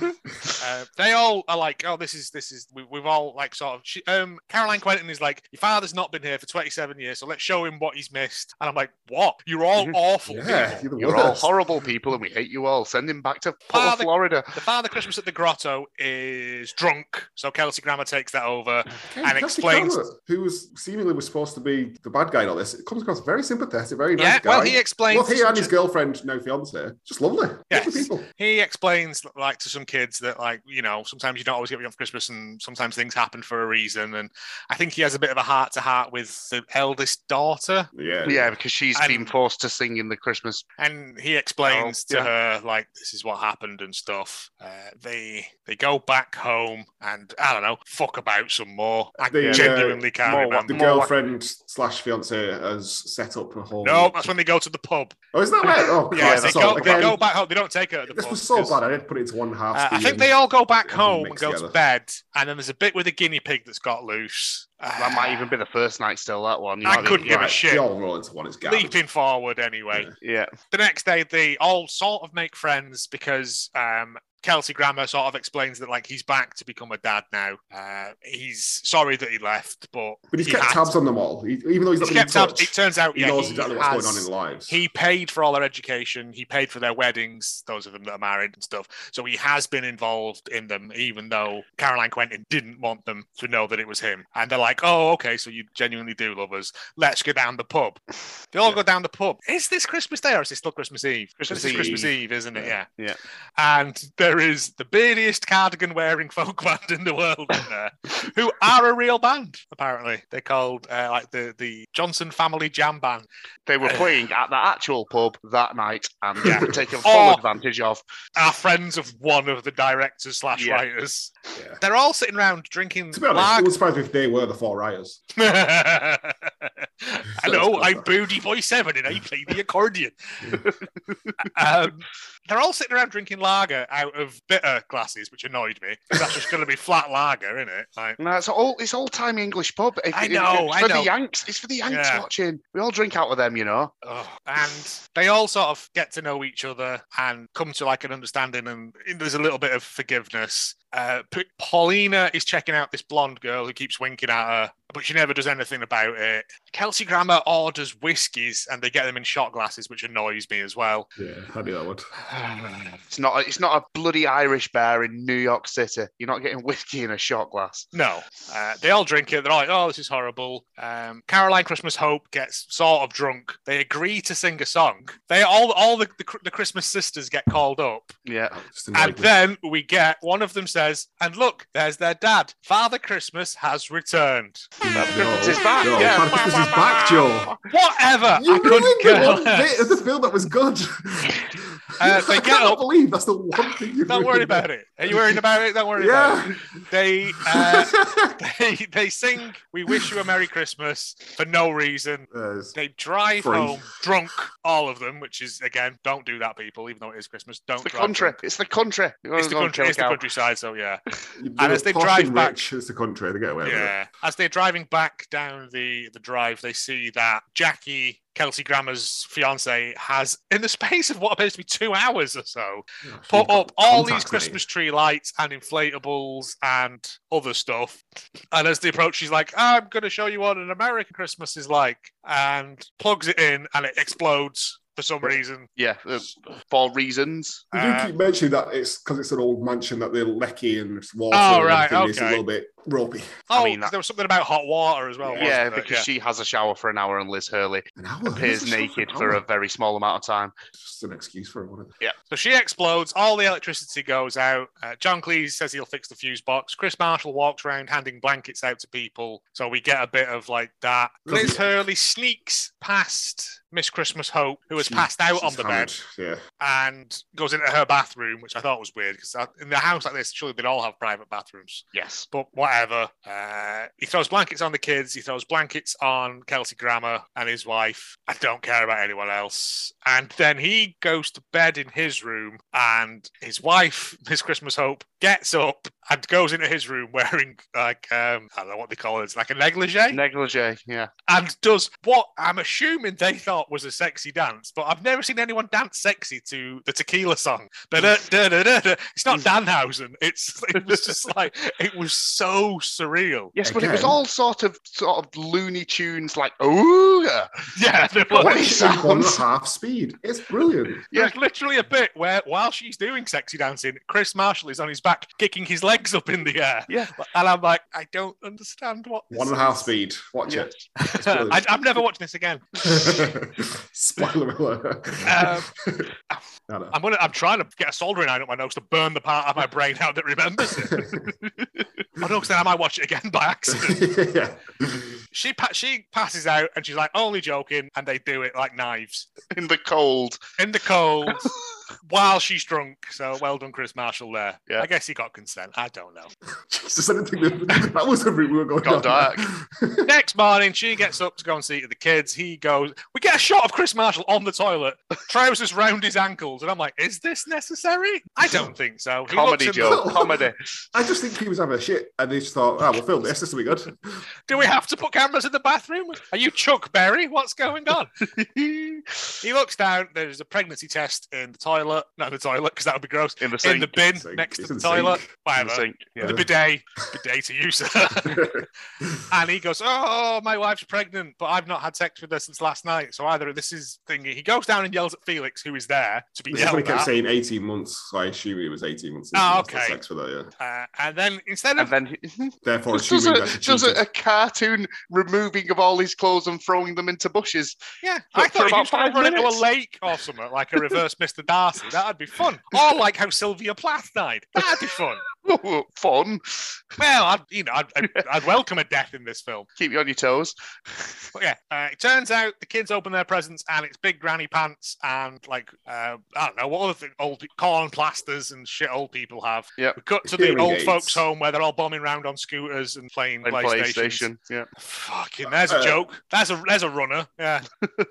S2: Uh, they all are like, oh, this is this is we, we've all like sort of. She, um, Caroline Quentin is like, your father's not been here for 27 years, so let's show him what he's missed. And I'm like, what? You're all awful.
S1: Mm-hmm. yeah,
S2: people.
S1: you're the
S3: You're all
S1: worst.
S3: horrible people, and we hate you all. Send him back to
S2: Ah,
S3: poor
S2: the-
S3: Florida.
S2: The father Christmas at the grotto is drunk, so Kelsey Grammer takes that over.
S1: Okay,
S2: and
S1: Cassie
S2: explains-
S1: Calvert, who was seemingly was supposed to be the bad guy in all this. It comes across very sympathetic, very
S2: Yeah,
S1: nice guy.
S2: well, he explains.
S1: Well, he
S2: to-
S1: and his girlfriend, now fiance, just lovely.
S2: Yes.
S1: Lovely people.
S2: he explains like to some kids that like you know sometimes you don't always get what you want for christmas and sometimes things happen for a reason and i think he has a bit of a heart to heart with the eldest daughter
S1: Yeah.
S3: Yeah, because she's
S2: And-
S3: been forced to sing in the Christmas.
S2: and he explains
S3: Oh,
S2: to her like this is what happened and stuff uh, they they go back home and i don't know fuck about some more i
S1: The, uh,
S2: genuinely can't
S3: more
S2: remember
S1: The
S3: More like-
S1: girlfriend slash fiance has set up a whole.
S2: no that's when they go to the pub
S1: Oh, is that right? Oh,
S2: yeah,
S1: Christ,
S2: they,
S1: so
S2: go, they
S1: again,
S2: go back home they don't take her to the
S1: This
S2: pub
S1: was so
S2: 'cause-
S1: bad. I didn't put it into one half.
S2: Uh, I
S1: speed
S2: think
S1: and-
S2: they all go back
S1: everything
S2: home and
S1: mixed
S2: go to
S1: together.
S2: bed, and then there's a bit with a guinea pig that's got loose. Uh,
S3: That might even be the first night still, that one. You
S2: I
S3: might be-
S2: couldn't give a
S3: right.
S2: shit.
S1: They all roll into one. It's garbage.
S2: leaping forward anyway.
S1: Yeah.
S3: Yeah.
S2: The next day, they all sort of make friends because um, Kelsey Grammer sort of explains that like he's back to become a dad now. Uh, he's sorry that he left, but
S1: But he's
S2: he
S1: kept
S2: had-
S1: tabs on them all. He, even though he's not
S2: he's
S1: been in
S2: kept tabs.
S1: touch,
S2: It turns out
S1: he
S2: yeah,
S1: knows
S2: he
S1: exactly what's going on
S2: has-
S1: in their lives.
S2: He paid for all their education. He paid for their weddings, those of them that are married and stuff. So he has been involved in them, even though Caroline Quentin didn't want them to know that it was him. And they're like, oh, okay, so you genuinely do love us. Let's go down the pub. They all go down the pub. Is this Christmas Day or is it still Christmas Eve?
S3: Christmas
S2: this is Christmas
S3: Eve.
S2: Eve, isn't it? Yeah.
S3: Yeah.
S2: And there is the beardiest cardigan wearing folk band in the world in there, who are a real band, apparently. They're called uh, like the, the Johnson Family Jam Band.
S3: They were playing at the actual pub that night and
S2: Yeah.
S3: were taken full
S2: Oh.
S3: advantage of.
S2: are friends of one of the directors slash
S3: Yeah.
S2: writers.
S1: Yeah.
S2: They're all sitting around drinking
S1: to be honest, it
S2: lager.
S1: would surprise me if they were the four writers.
S2: Hello, I'm Booty Boy Seven, and I play the accordion. um, they're all sitting around drinking lager out of bitter glasses, which annoyed me. 'cause That's just going to be flat lager, isn't it? Like,
S3: No, it's all it's old time English pub. If-
S2: I
S3: if-
S2: know,
S3: it's
S2: I
S3: for
S2: know.
S3: the Yanks. It's for the Yanks
S2: Yeah.
S3: watching. We all drink out of them, you know.
S2: Ugh. and they all sort of get to know each other and come to like an understanding and there's a little bit of forgiveness uh, P- paulina is checking out this blonde girl who keeps winking at her but she never does anything about it kelsey grammer orders whiskies and they get them in shot glasses which annoys me as well
S1: Yeah, I knew that would.
S3: It's not it's not a bloody Irish bar in New York City. You're not getting whiskey in a shot glass.
S2: No, uh, they all drink it. They're all like, "Oh, this is horrible." Um, Caroline Christmas Hope gets sort of drunk. They agree to sing a song. They all, all the, the, Cr- the Christmas sisters get called up,
S3: Yeah.
S1: Just
S2: And
S1: annoyed me.
S2: then we get one of them says, and look, there's their dad. Father Christmas has returned.
S1: no,
S3: Christmas is back,
S1: no,
S3: yeah.
S1: Father Christmas is back, Joe.
S2: Whatever.
S1: You
S2: I
S1: ruined
S2: couldn't
S1: the one
S2: care
S1: bit of the film that was good.
S2: Uh, they
S1: I
S2: get
S1: cannot
S2: up-
S1: believe that's the one thing you.
S2: Don't worry about it. Are you worrying about it? Don't worry about
S1: Yeah.
S2: it. They, uh, they they sing "We Wish You a Merry Christmas" for no reason.
S1: There's-
S2: They drive
S1: Free.
S2: home drunk, all of them, which is again, don't do that, people. Even though it is Christmas, don't
S3: It's the
S2: drive
S3: country.
S2: drunk.
S3: It's the country. You wanna
S2: It's the
S3: go and
S2: country.
S3: kill a
S2: It's the
S3: cow.
S2: countryside. So yeah.
S1: you-
S2: And as they
S1: posh
S2: drive
S1: and
S2: back-
S1: rich, it's the country. They get away with it.
S2: Yeah. As they're driving back down the, the drive, they see that Jackie, Kelsey Grammer's fiance, has, in the space of what appears to be two hours or so,
S1: Yeah, she's
S2: put
S1: got
S2: up all these
S1: contacts, mate.
S2: Christmas tree lights and inflatables and other stuff. And as they approach, she's like, I'm going to show you what an American Christmas is like, and plugs it in and it explodes for some reason.
S3: Yeah. uh, for reasons.
S1: They
S2: Uh,
S1: do keep mentioning that it's because it's an old mansion that they're lecky and it's water.
S2: Oh,
S1: and
S2: right,
S1: everything is a
S2: okay.
S1: little bit ropey.
S2: Oh,
S3: mean,
S2: 'cause
S3: that-
S2: there was something about hot water as well. wasn't
S3: yeah,
S2: there?
S3: because she has a shower for an hour and Liz Hurley
S1: An hour.
S3: appears
S1: This is
S3: naked
S1: an
S3: for
S1: hour.
S3: a very small amount of time.
S1: Just an excuse for one of them.
S2: So she explodes, all the electricity goes out. Uh, John Cleese says he'll fix the fuse box. Chris Marshall walks around handing blankets out to people. So we get a bit of like that.
S1: Doesn't-
S2: Liz Hurley sneaks past Miss Christmas Hope, who has
S1: She-
S2: passed out on
S1: she's
S2: the
S1: hammered,
S2: bed,
S1: Yeah.
S2: and goes into her bathroom, which I thought was weird because in the house like this, surely they'd all have private bathrooms
S3: Yes.
S2: but whatever. Uh, he throws blankets on the kids. He throws blankets on Kelsey Grammer and his wife. I don't care about anyone else. And then he goes to bed in his room, and his wife, Miss Christmas Hope, gets up and goes into his room wearing like um, I don't know what they call it. It's like a negligee,
S3: Negligee, yeah.
S2: and does what I'm assuming they thought was a sexy dance. But I've never seen anyone dance sexy to the Tequila song. But it's not Danhausen. It's it was just like it was so surreal.
S3: Yes, but it was
S1: Again.
S3: all sort of sort of Looney Tunes like ooh
S2: Yeah, there was.
S3: What
S1: It's
S3: is
S1: at one and a
S3: that?
S1: half speed. It's brilliant.
S3: Yeah.
S2: There's literally a bit where while she's doing sexy dancing, Chris Marshall is on his back kicking his legs up in the air.
S3: Yeah.
S2: And I'm like, I don't understand what this
S1: One and a half speed. Watch
S3: Yeah.
S1: it.
S2: is.
S1: brilliant.
S2: I, I'm never watching this again.
S1: Spoiler alert.
S2: Um,
S1: no, no.
S2: I'm gonna I'm trying to get a soldering iron up my nose to burn the part of my brain out that remembers it. I know, because then I might watch it again by accident.
S1: yeah.
S2: she pa- she passes out and she's like, only joking, and they do it like knives
S3: in the cold.
S2: in the cold while she's drunk. So well done, Chris Marshall. There,
S3: Yeah.
S2: I guess he got consent. I don't know.
S1: Jesus, I didn't think that, that was the route we were going
S3: Got
S1: down.
S2: Next morning, she gets up to go and see to the kids. He goes, we get a shot of Chris Marshall on the toilet, trousers round his ankles, and I'm like, is this necessary? I don't think so. He
S3: Comedy
S2: looks in-
S3: joke. Comedy.
S1: I just think he was having a shit and they just thought, oh, we'll film this. This will be good.
S2: Do we have to put cameras in the bathroom? Are you Chuck Berry? What's going on?
S3: in
S2: He looks down. There's a pregnancy test in the toilet. Not in the toilet, because that would be gross.
S3: the
S2: In
S3: sink.
S2: the bin
S1: Sink.
S2: next
S1: It's
S2: to
S1: in
S2: the
S1: the sink.
S2: toilet.
S3: In
S2: Whatever.
S3: the sink. Yeah.
S2: The bidet. bidet to you, sir. and he goes, Oh, my wife's pregnant, but I've not had sex with her since last night. So either this is thingy. He goes down and yells at Felix, who is there to be
S1: This is
S2: yelled
S1: when he kept
S2: at.
S1: saying 18 months. So I assume it was 18 months. since
S2: Ah,
S1: he must have
S2: okay.
S1: Sex with her, yeah.
S2: Uh, and then instead
S3: And
S2: of
S3: then he-
S1: Therefore,
S3: Just does
S1: assuming
S3: a,
S1: that she
S3: does a,
S1: cheated.
S3: a cartoon removing of all his clothes and throwing them into bushes.
S2: Yeah,
S3: For-
S2: I
S3: for
S2: thought he
S3: about
S2: was going
S3: five
S2: to run into
S3: minutes.
S2: a lake or something, like a reverse Mr. Darcy. That'd be fun. Or like how Sylvia Plath died. That'd be fun.
S3: Oh, Fun.
S2: Well, I'd, you know, I'd, I'd, I'd welcome a death in this film.
S3: Keep you on your toes.
S2: But yeah, uh, it turns out the kids open their presents and it's big granny pants and like uh, I don't know what other thing, old corn plasters and shit old people have.
S3: Yeah.
S2: We cut to the
S1: Hearing
S2: old
S1: aids.
S2: folks' home where they're all bombing around on scooters and playing
S3: And
S2: PlayStation.
S3: PlayStation. Yeah.
S2: Fucking, there's a
S1: Uh,
S2: joke. There's a there's a runner. Yeah.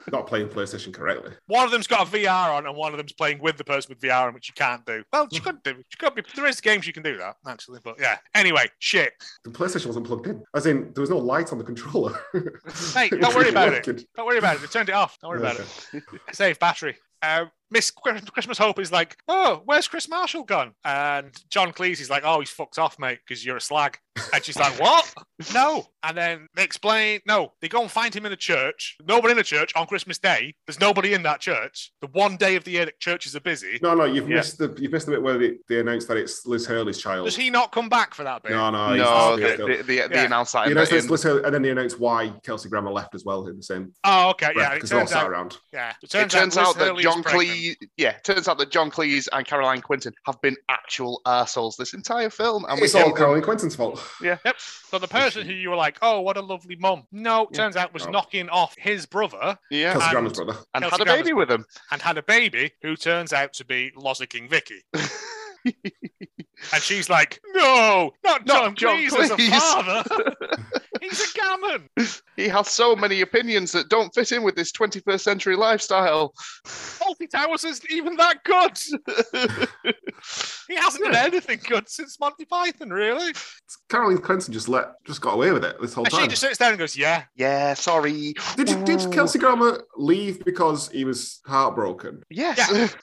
S1: not playing PlayStation correctly.
S2: One of them's got a VR on, and one of them's playing with the person with VR on, which you can't do. Well, you could do. You could be. There is games you can do that actually, but yeah. Anyway, shit.
S1: The PlayStation wasn't plugged in. As in, there was no light on the controller.
S2: Hey, don't worry about it. Don't worry about it. They turned it off. Don't worry about it. Save battery. Uh, Miss Qu- Christmas Hope is like, oh, where's Chris Marshall gone? And John Cleese is like, oh, he's fucked off, mate, because you're a slag. And she's like, what? No. And then they explain, no, they go and find him in a church. Nobody in the church on Christmas Day. There's nobody in that church. The one day of the year that churches are busy.
S1: No, no, you've
S3: Yeah.
S1: missed the you've missed the bit where they, they announced that it's Liz Hurley's child.
S2: Does he not come back for that bit?
S1: No, no, Oh, he's-
S3: no,
S1: he's
S3: the,
S1: still-
S3: the, the,
S2: Yeah.
S3: the announce that
S1: He
S3: in-
S1: announced it's
S3: in-
S1: Liz Hurley, and then they announced why Kelsey Grammer left as well in the same.
S2: Oh, okay.
S1: breath,
S2: Yeah. It
S1: 'cause they all
S2: turns
S1: sat
S2: out.
S1: around.
S2: Yeah. It
S3: it
S2: turns,
S3: turns
S2: Liz
S3: out that
S2: Hurley is
S3: John
S2: pregnant.
S3: Cleese, yeah, it turns out that John Cleese and Caroline Quinton have been actual arseholes this entire film, and we
S1: it's all
S3: didn't-
S1: Caroline Quinton's fault.
S2: Yep. So the person who you were like, oh, what a lovely mum. No,
S3: Yeah.
S2: turns out was
S1: Oh.
S2: knocking off his brother
S3: yeah,
S1: Kelsey
S2: and-
S1: Grammer's brother.
S3: and
S2: Kelsey
S3: had a
S2: Grammer's-
S3: baby with him.
S2: and had a baby who turns out to be Loza King Vicky. and she's like, no, not John,
S3: Not John
S2: Cleese, as a
S3: Cleese."
S2: father. He's a gammon.
S3: He has so many opinions that don't fit in with this 21st century lifestyle.
S2: Faulty Towers isn't even that good. He hasn't done anything good since Monty Python, really.
S1: Caroline Quinton just let just got away with it this whole
S2: And
S1: time.
S2: she just sits there and goes, yeah.
S3: yeah, sorry.
S1: Did you, did
S3: Ooh.
S1: Kelsey Grammer leave because he was heartbroken?
S3: Yes.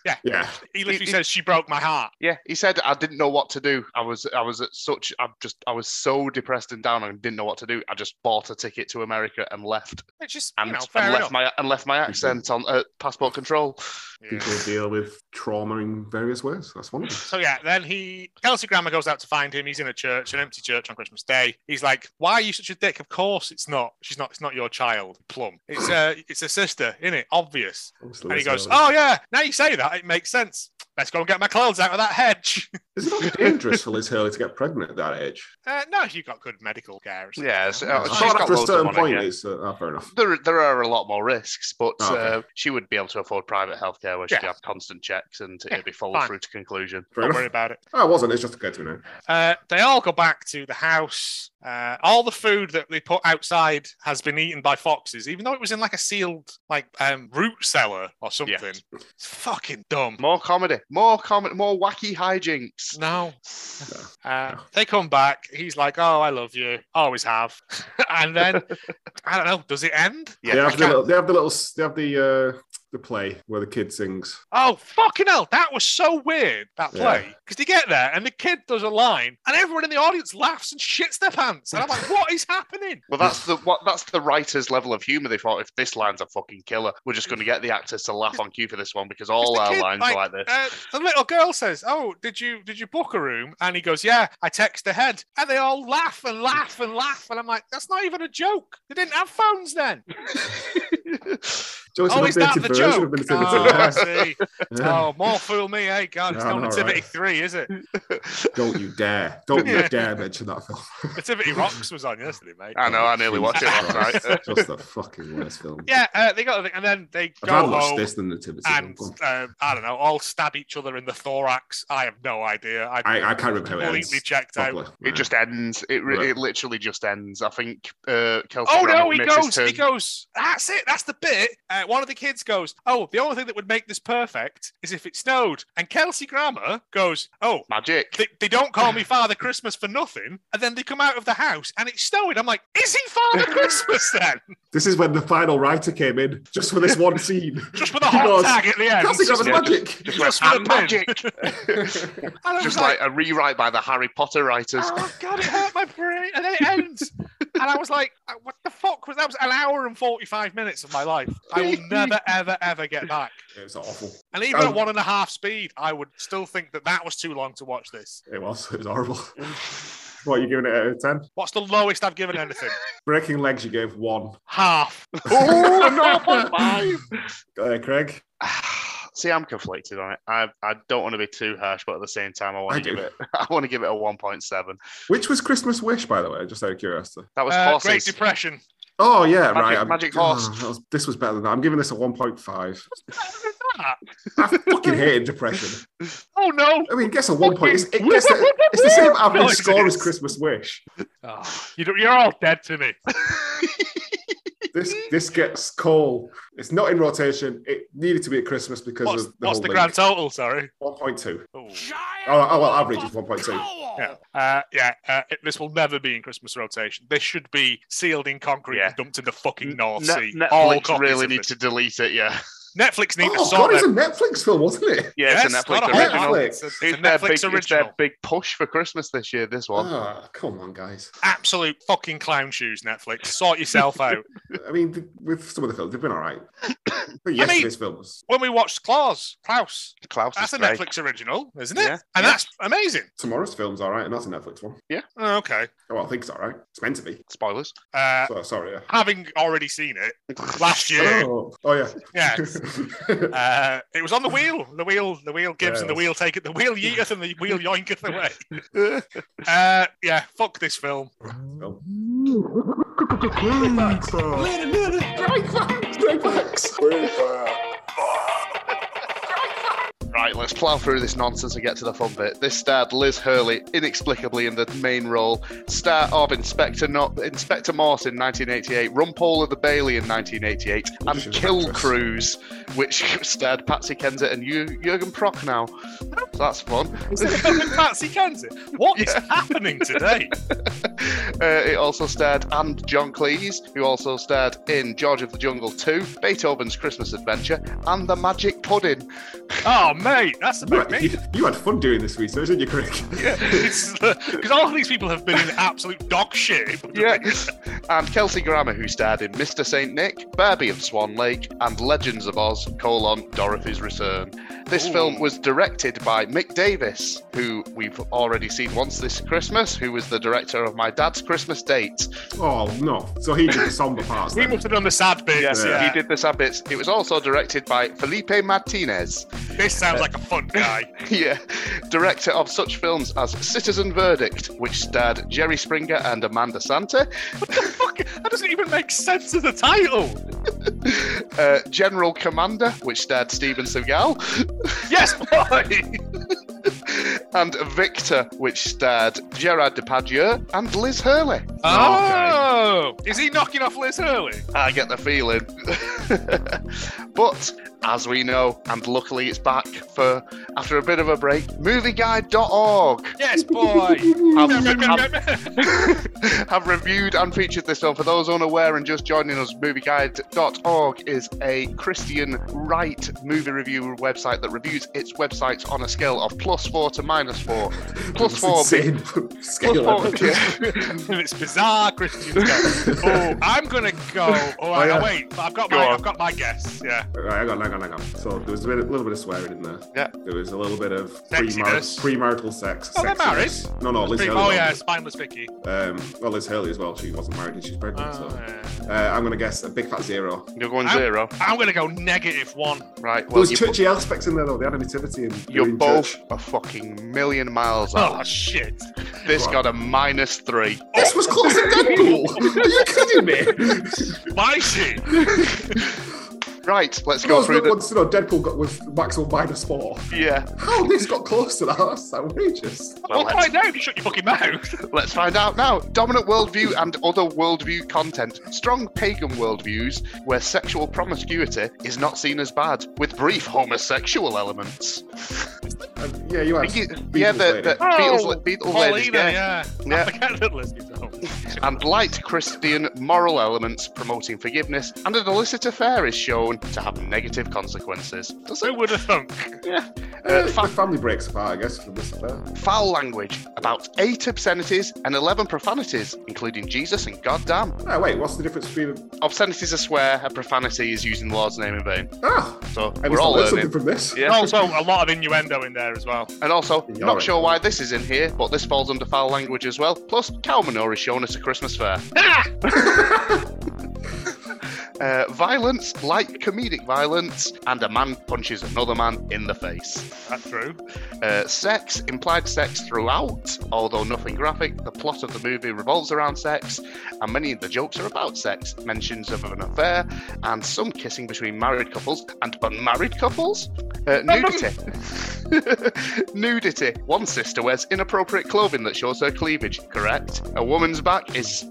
S2: Yeah.
S1: Yeah,
S2: He literally
S3: It- it-
S2: says, she broke my heart.
S3: Yeah, he said I didn't know what to do. I was I was at such I just I was so depressed and down and didn't know what to do. I just bought a ticket to America and left,
S2: It's just,
S3: and,
S2: you know, fair
S3: and
S2: enough.
S3: left my and left my accent on uh, passport control.
S2: Yeah.
S1: People deal with trauma in various ways. That's one of them.
S2: So yeah, then he Kelsey Grammer goes out to find him. He's in a church, an empty church on Christmas Day. He's like, "Why are you such a dick?" Of course, it's not. She's not. It's not your child, Plum. It's uh, it's a sister, isn't it? Obvious.
S1: Obviously,
S2: And he
S1: that's
S2: goes,
S1: relevant.
S2: "Oh yeah, now you say that, it makes sense. Let's go and get my clothes out of that hedge."
S1: Is it not dangerous for Liz Hurley to get pregnant at that age?
S2: Uh, no, you got good medical care. or something.
S3: Yeah, so, uh,
S1: I
S3: she's
S1: thought
S3: got
S1: after a
S3: loads of
S1: certain
S3: money,
S1: point,
S3: yeah.
S1: it's uh, ah, fair enough.
S3: There, there are a lot more risks, but
S1: Oh, okay.
S3: uh, she would be able to afford private healthcare where she'd
S2: Yeah.
S3: have constant checks and it'd be followed
S2: fine.
S3: through to conclusion.
S1: Fair
S2: Don't
S1: enough.
S2: worry about it.
S1: Oh, it wasn't. It's just occurred to me now.
S2: Uh, they all go back to the house. Uh, all the food that they put outside has been eaten by foxes, even though it was in like a sealed, like um, root cellar or something. It's fucking dumb.
S3: More comedy, more comedy, more wacky hijinks.
S2: No. Uh, they come back. He's like, "Oh, I love you, always have." and then I don't know. Does it end?
S1: they,
S3: Yeah,
S1: have the
S2: can't-
S1: little, they have the little. s- They have the uh, the play where the kid sings.
S2: Oh fucking hell! That was so weird that
S1: Yeah.
S2: play because they get there and the kid does a line and everyone in the audience laughs and shits their pants and I'm like, "What is happening?"
S3: Well, that's the what that's the writer's level of humor. They thought if this line's a fucking killer, we're just going to get the actors to laugh on cue for this one because all
S2: the
S3: our
S2: kid,
S3: lines
S2: like,
S3: are like this.
S2: Uh, the little girl says, "Oh, did you did you book a room?" And he goes, "Yeah, I text ahead." And they all laugh and laugh and laugh, and I'm like, "That's not even a joke. They didn't have phones then."
S1: So it's an
S2: oh, is that
S1: updated
S2: the
S1: version of
S2: joke?
S1: the Nativity.
S2: Oh, I see.
S1: Yeah.
S2: Oh, more fool me, eh? God, it's
S1: No,
S2: not
S1: I'm all
S2: Nativity
S1: right.
S2: 3, is it?
S1: Don't you dare! Don't you
S2: Yeah.
S1: dare mention that film.
S2: Nativity Rocks was on yesterday, mate.
S3: I know, I nearly
S1: Jesus
S3: watched it last
S1: Christ.
S3: night.
S1: Just the fucking worst film.
S2: Yeah, uh, they got the thing, and then they
S1: I'd
S2: go
S1: rather watch
S2: home
S1: this than Nativity.
S2: and
S1: Go on.
S2: uh, I don't know, all stab each other in the thorax. I have no idea. I,
S1: I, I can't remember how it
S2: completely
S1: ends.
S2: checked out.
S1: properly.
S3: It just ends. It re-
S1: Right.
S3: it literally just ends. I think. Uh, Kelsey
S2: Oh no,
S3: Grammer
S2: he
S3: misses
S2: goes,
S3: turn-
S2: he goes, that's it, that's the bit. Uh, one of the kids goes, Oh, the only thing that would make this perfect is if it snowed. And Kelsey Grammer goes, Oh,
S3: magic.
S2: they, they don't call me Father Christmas for nothing. And then they come out of the house and it's snowing. I'm like, Is he Father Christmas then?
S1: This is when the final writer came in, just for this one scene.
S2: Just with a
S1: He
S2: hot
S1: goes,
S2: tag at the end.
S1: Cassie Grammer's
S3: Yeah,
S1: magic.
S3: Just,
S2: just
S3: went,
S2: with a
S3: "Ah,
S2: pin."
S3: magic.
S2: And I was
S3: just like a rewrite by the Harry Potter writers.
S2: Oh god, it hurt my brain, and then it ends. and I was like, "Uh, "What the fuck was that?" Was an hour and forty-five minutes of my life. I will never, ever, ever get back.
S1: It's awful.
S2: And even
S1: Oh.
S2: at one and a half speed, I would still think that that was too long to watch this.
S1: It was. It was horrible. What are you giving it out of ten?
S2: What's the lowest I've given anything?
S1: Breaking legs. You gave one.
S2: half.
S3: oh, no, point five.
S1: Uh, Craig.
S3: See, I'm conflicted on it. I I don't want to be too harsh, but at the same time, I want
S1: I
S3: to
S1: do.
S3: give it. I want to give it a one point seven.
S1: Which was Christmas Wish, by the way, just out of curiosity.
S3: That was
S2: Uh,
S3: horses.
S2: Great Depression.
S1: Oh yeah,
S3: Magic-
S1: right. I'm- Ah,
S3: Magic Horse.
S1: that was- this was better than that. I'm giving this a 1.5.
S2: Ah,
S1: I fucking hated depression.
S2: Oh no!
S1: I mean, guess a one point. It's, it gets the, it's the same average
S2: No, it
S1: score as
S2: is.
S1: Christmas Wish.
S2: Oh, you don't- you're all dead to me.
S1: This this gets coal. It's not in rotation. It needed to be at Christmas because
S2: What's,
S1: of the
S2: what's
S1: whole
S2: the grand total? Sorry.
S1: One point two.
S2: Oh.
S1: Oh, oh well, average is one point two.
S2: Yeah, uh, yeah. Uh, it, this will never be in Christmas rotation. This should be sealed in concrete
S3: Yeah.
S2: and dumped in the fucking North
S3: Ne-
S2: Sea. All
S3: Netflix
S2: copies
S3: really
S2: of
S3: need
S2: this.
S3: to delete it. Yeah,
S2: Netflix need to
S1: Oh
S2: sort
S1: god, it's a
S2: that.
S1: Netflix film, wasn't it?
S3: yeah, it's a
S2: Yes,
S3: Netflix
S2: not a Hallmark.
S3: original.
S1: Netflix.
S2: It's a, it's a
S3: It's their, big,
S2: Netflix
S3: it's
S2: original. Uh-huh.
S3: their big push for Christmas this year. This one.
S1: Ah, come on, guys.
S2: Absolute fucking clown shoes. Netflix, sort yourself out.
S1: I mean, th- with some of the films, they've been all right. But yes,
S2: mean-
S1: this film was
S2: When we watched Claus, Klaus,
S3: Klaus
S2: that's
S3: is
S2: a
S3: great.
S2: Netflix original, isn't it?
S3: Yeah.
S2: And
S3: Yeah.
S2: that's amazing.
S1: tomorrow's film's all right, and that's a Netflix one.
S2: Oh, okay.
S1: Oh, well, I think it's all right. It's meant to be.
S3: Spoilers.
S2: Uh,
S1: So sorry. Yeah.
S2: having already seen it last year,
S1: Oh, oh yeah.
S2: yeah, uh, it was on the wheel. The wheel, the wheel gives, and the
S1: Yes.
S2: wheel taketh, the wheel yeeteth, and the wheel yoinketh away. Uh, yeah, fuck this film.
S3: Right, let's plow through this nonsense and get to the fun bit. This starred Liz Hurley inexplicably in the main role, star of Inspector Not Inspector Morse in 1988, Rumpole of the Bailey in 1988,
S1: She's an
S3: and Kill
S1: actress.
S3: Cruise, which starred Patsy Kensit and Ju- Jürgen Prock. Now, so that's fun.
S2: Fucking Patsy Kensit. What is happening today?
S3: Uh, it also starred and John Cleese, who also starred in George of the Jungle 2, Beethoven's Christmas Adventure, and The Magic Pudding.
S2: Oh mate, mate. That's about
S1: You,
S2: me.
S1: you had fun doing this research, didn't you, Craig?
S2: Because uh, all of these people have been in absolute dog shit.
S3: Yeah. and Kelsey Grammer, who starred in Mr. St. Nick, Barbie of Swan Lake, and Legends of Oz, colon, Dorothy's Return. This film was directed by Mick Davis, who we've already seen once this Christmas, who was the director of My Dad's Christmas Date.
S1: Oh no! So he did the somber parts.
S2: We
S1: Then.
S2: must have done the sad bit.
S3: Yes,
S2: yeah.
S3: he did this a bit. It was also directed by Felipe Martinez,
S2: This sounds like a fun guy.
S3: yeah, director of such films as Citizen Verdict, which starred Jerry Springer and Amanda Santa,
S2: Fuck, that doesn't even make sense of the title.
S3: uh, General Commander, which starred Steven Seagal,
S2: Yes, boy.
S3: and Victor, which starred Gerard Depardieu and Liz Hurley. Ah,
S2: Oh, is he knocking off Liz Hurley?
S3: I get the feeling. but as we know, and luckily it's back for after a bit of a break, movieguide.org
S2: Yes, boy.
S3: Um, have reviewed and featured this film. For those unaware and just joining us, movieguide.org is a Christian right movie review website that reviews its websites on a scale of plus four to minus four. Plus
S1: It's
S3: four being.
S1: insane
S3: Plus
S1: scale.
S3: four,
S1: of-
S3: yeah.
S2: it's bizarre, Christian. Oh, I'm gonna go. Oh,
S1: Oh, yeah.
S2: wait, I've got
S3: Go
S2: my,
S3: on.
S2: I've got my guess. Yeah.
S1: Right, hang on, hang on, hang on. So there was a, bit, a little bit of swearing in there.
S3: Yeah.
S1: There was a little bit of premar-
S2: Sexiness.
S1: premarital sex.
S2: Oh, they're
S1: sexiness. No, no, Liz Hurley.
S2: oh
S1: was.
S2: yeah, Spineless Vicky.
S1: Um, well, Liz Hurley as well. She wasn't married and she's pregnant.
S2: Oh,
S1: so
S2: yeah.
S1: uh, I'm going to guess a big fat zero.
S3: You're going
S2: I'm-
S3: zero.
S2: I'm gonna go negative one.
S3: Right,
S1: there
S3: well,
S1: was
S3: you,
S1: churchy aspects in there though. They had a nativity and they were
S3: you're
S1: in
S3: both
S1: church.
S3: a fucking million miles
S2: Oh,
S3: out.
S2: shit.
S3: this got a minus three.
S1: This
S3: Oh.
S1: was close to Deadpool. Are you kidding me?
S2: My shit.
S3: Right, let's
S1: Go
S3: go through the.
S1: wants to know Deadpool got was maximum minus four.
S3: Yeah,
S1: How this got close to that? That's outrageous.
S2: Well,
S3: well, let's,
S2: find out if you shut your fucking mouth.
S3: let's find out now. Dominant worldview and other worldview content. Strong pagan worldviews where sexual promiscuity is not seen as bad, with brief homosexual elements.
S1: Um, yeah, you
S3: I
S1: are.
S3: think it- yeah, the, the uh,
S2: Oh,
S3: Beatles, Beatles ladies,
S2: Paulina,
S3: yeah.
S2: yeah.
S3: Yeah.
S2: I forget that lesbians are home.
S3: and light Christian moral elements promoting forgiveness and an illicit affair is shown to have negative consequences. Does
S2: Who
S3: it?
S2: would have thunk?
S3: Uh,
S1: the family breaks apart, I guess, from this affair.
S3: Foul language, about eight obscenities and 11 profanities, including Jesus and goddamn.
S1: Ah, wait, what's the difference between?
S3: Obscenity is a swear, a profanity is using the Lord's name in vain.
S1: Ah,
S3: So
S1: I
S3: we're
S1: must have
S3: all
S1: learned something
S3: learning.
S1: from this.
S3: Yeah.
S2: Also, Oh, a lot of innuendo in there as well.
S3: And also,
S1: You're
S3: not
S1: right.
S3: sure why this is in here, but this falls under foul language as well. Plus, cow manure is shown at a Christmas fair. Uh, violence, light comedic violence, and a man punches another man in the face.
S2: That's true.
S3: Uh, sex, implied sex throughout, although nothing graphic. The plot of the movie revolves around sex, and many of the jokes are about sex, mentions of an affair, and some kissing between married couples and unmarried couples. Uh, nudity. nudity. One sister wears inappropriate clothing that shows her cleavage, correct? A woman's back is,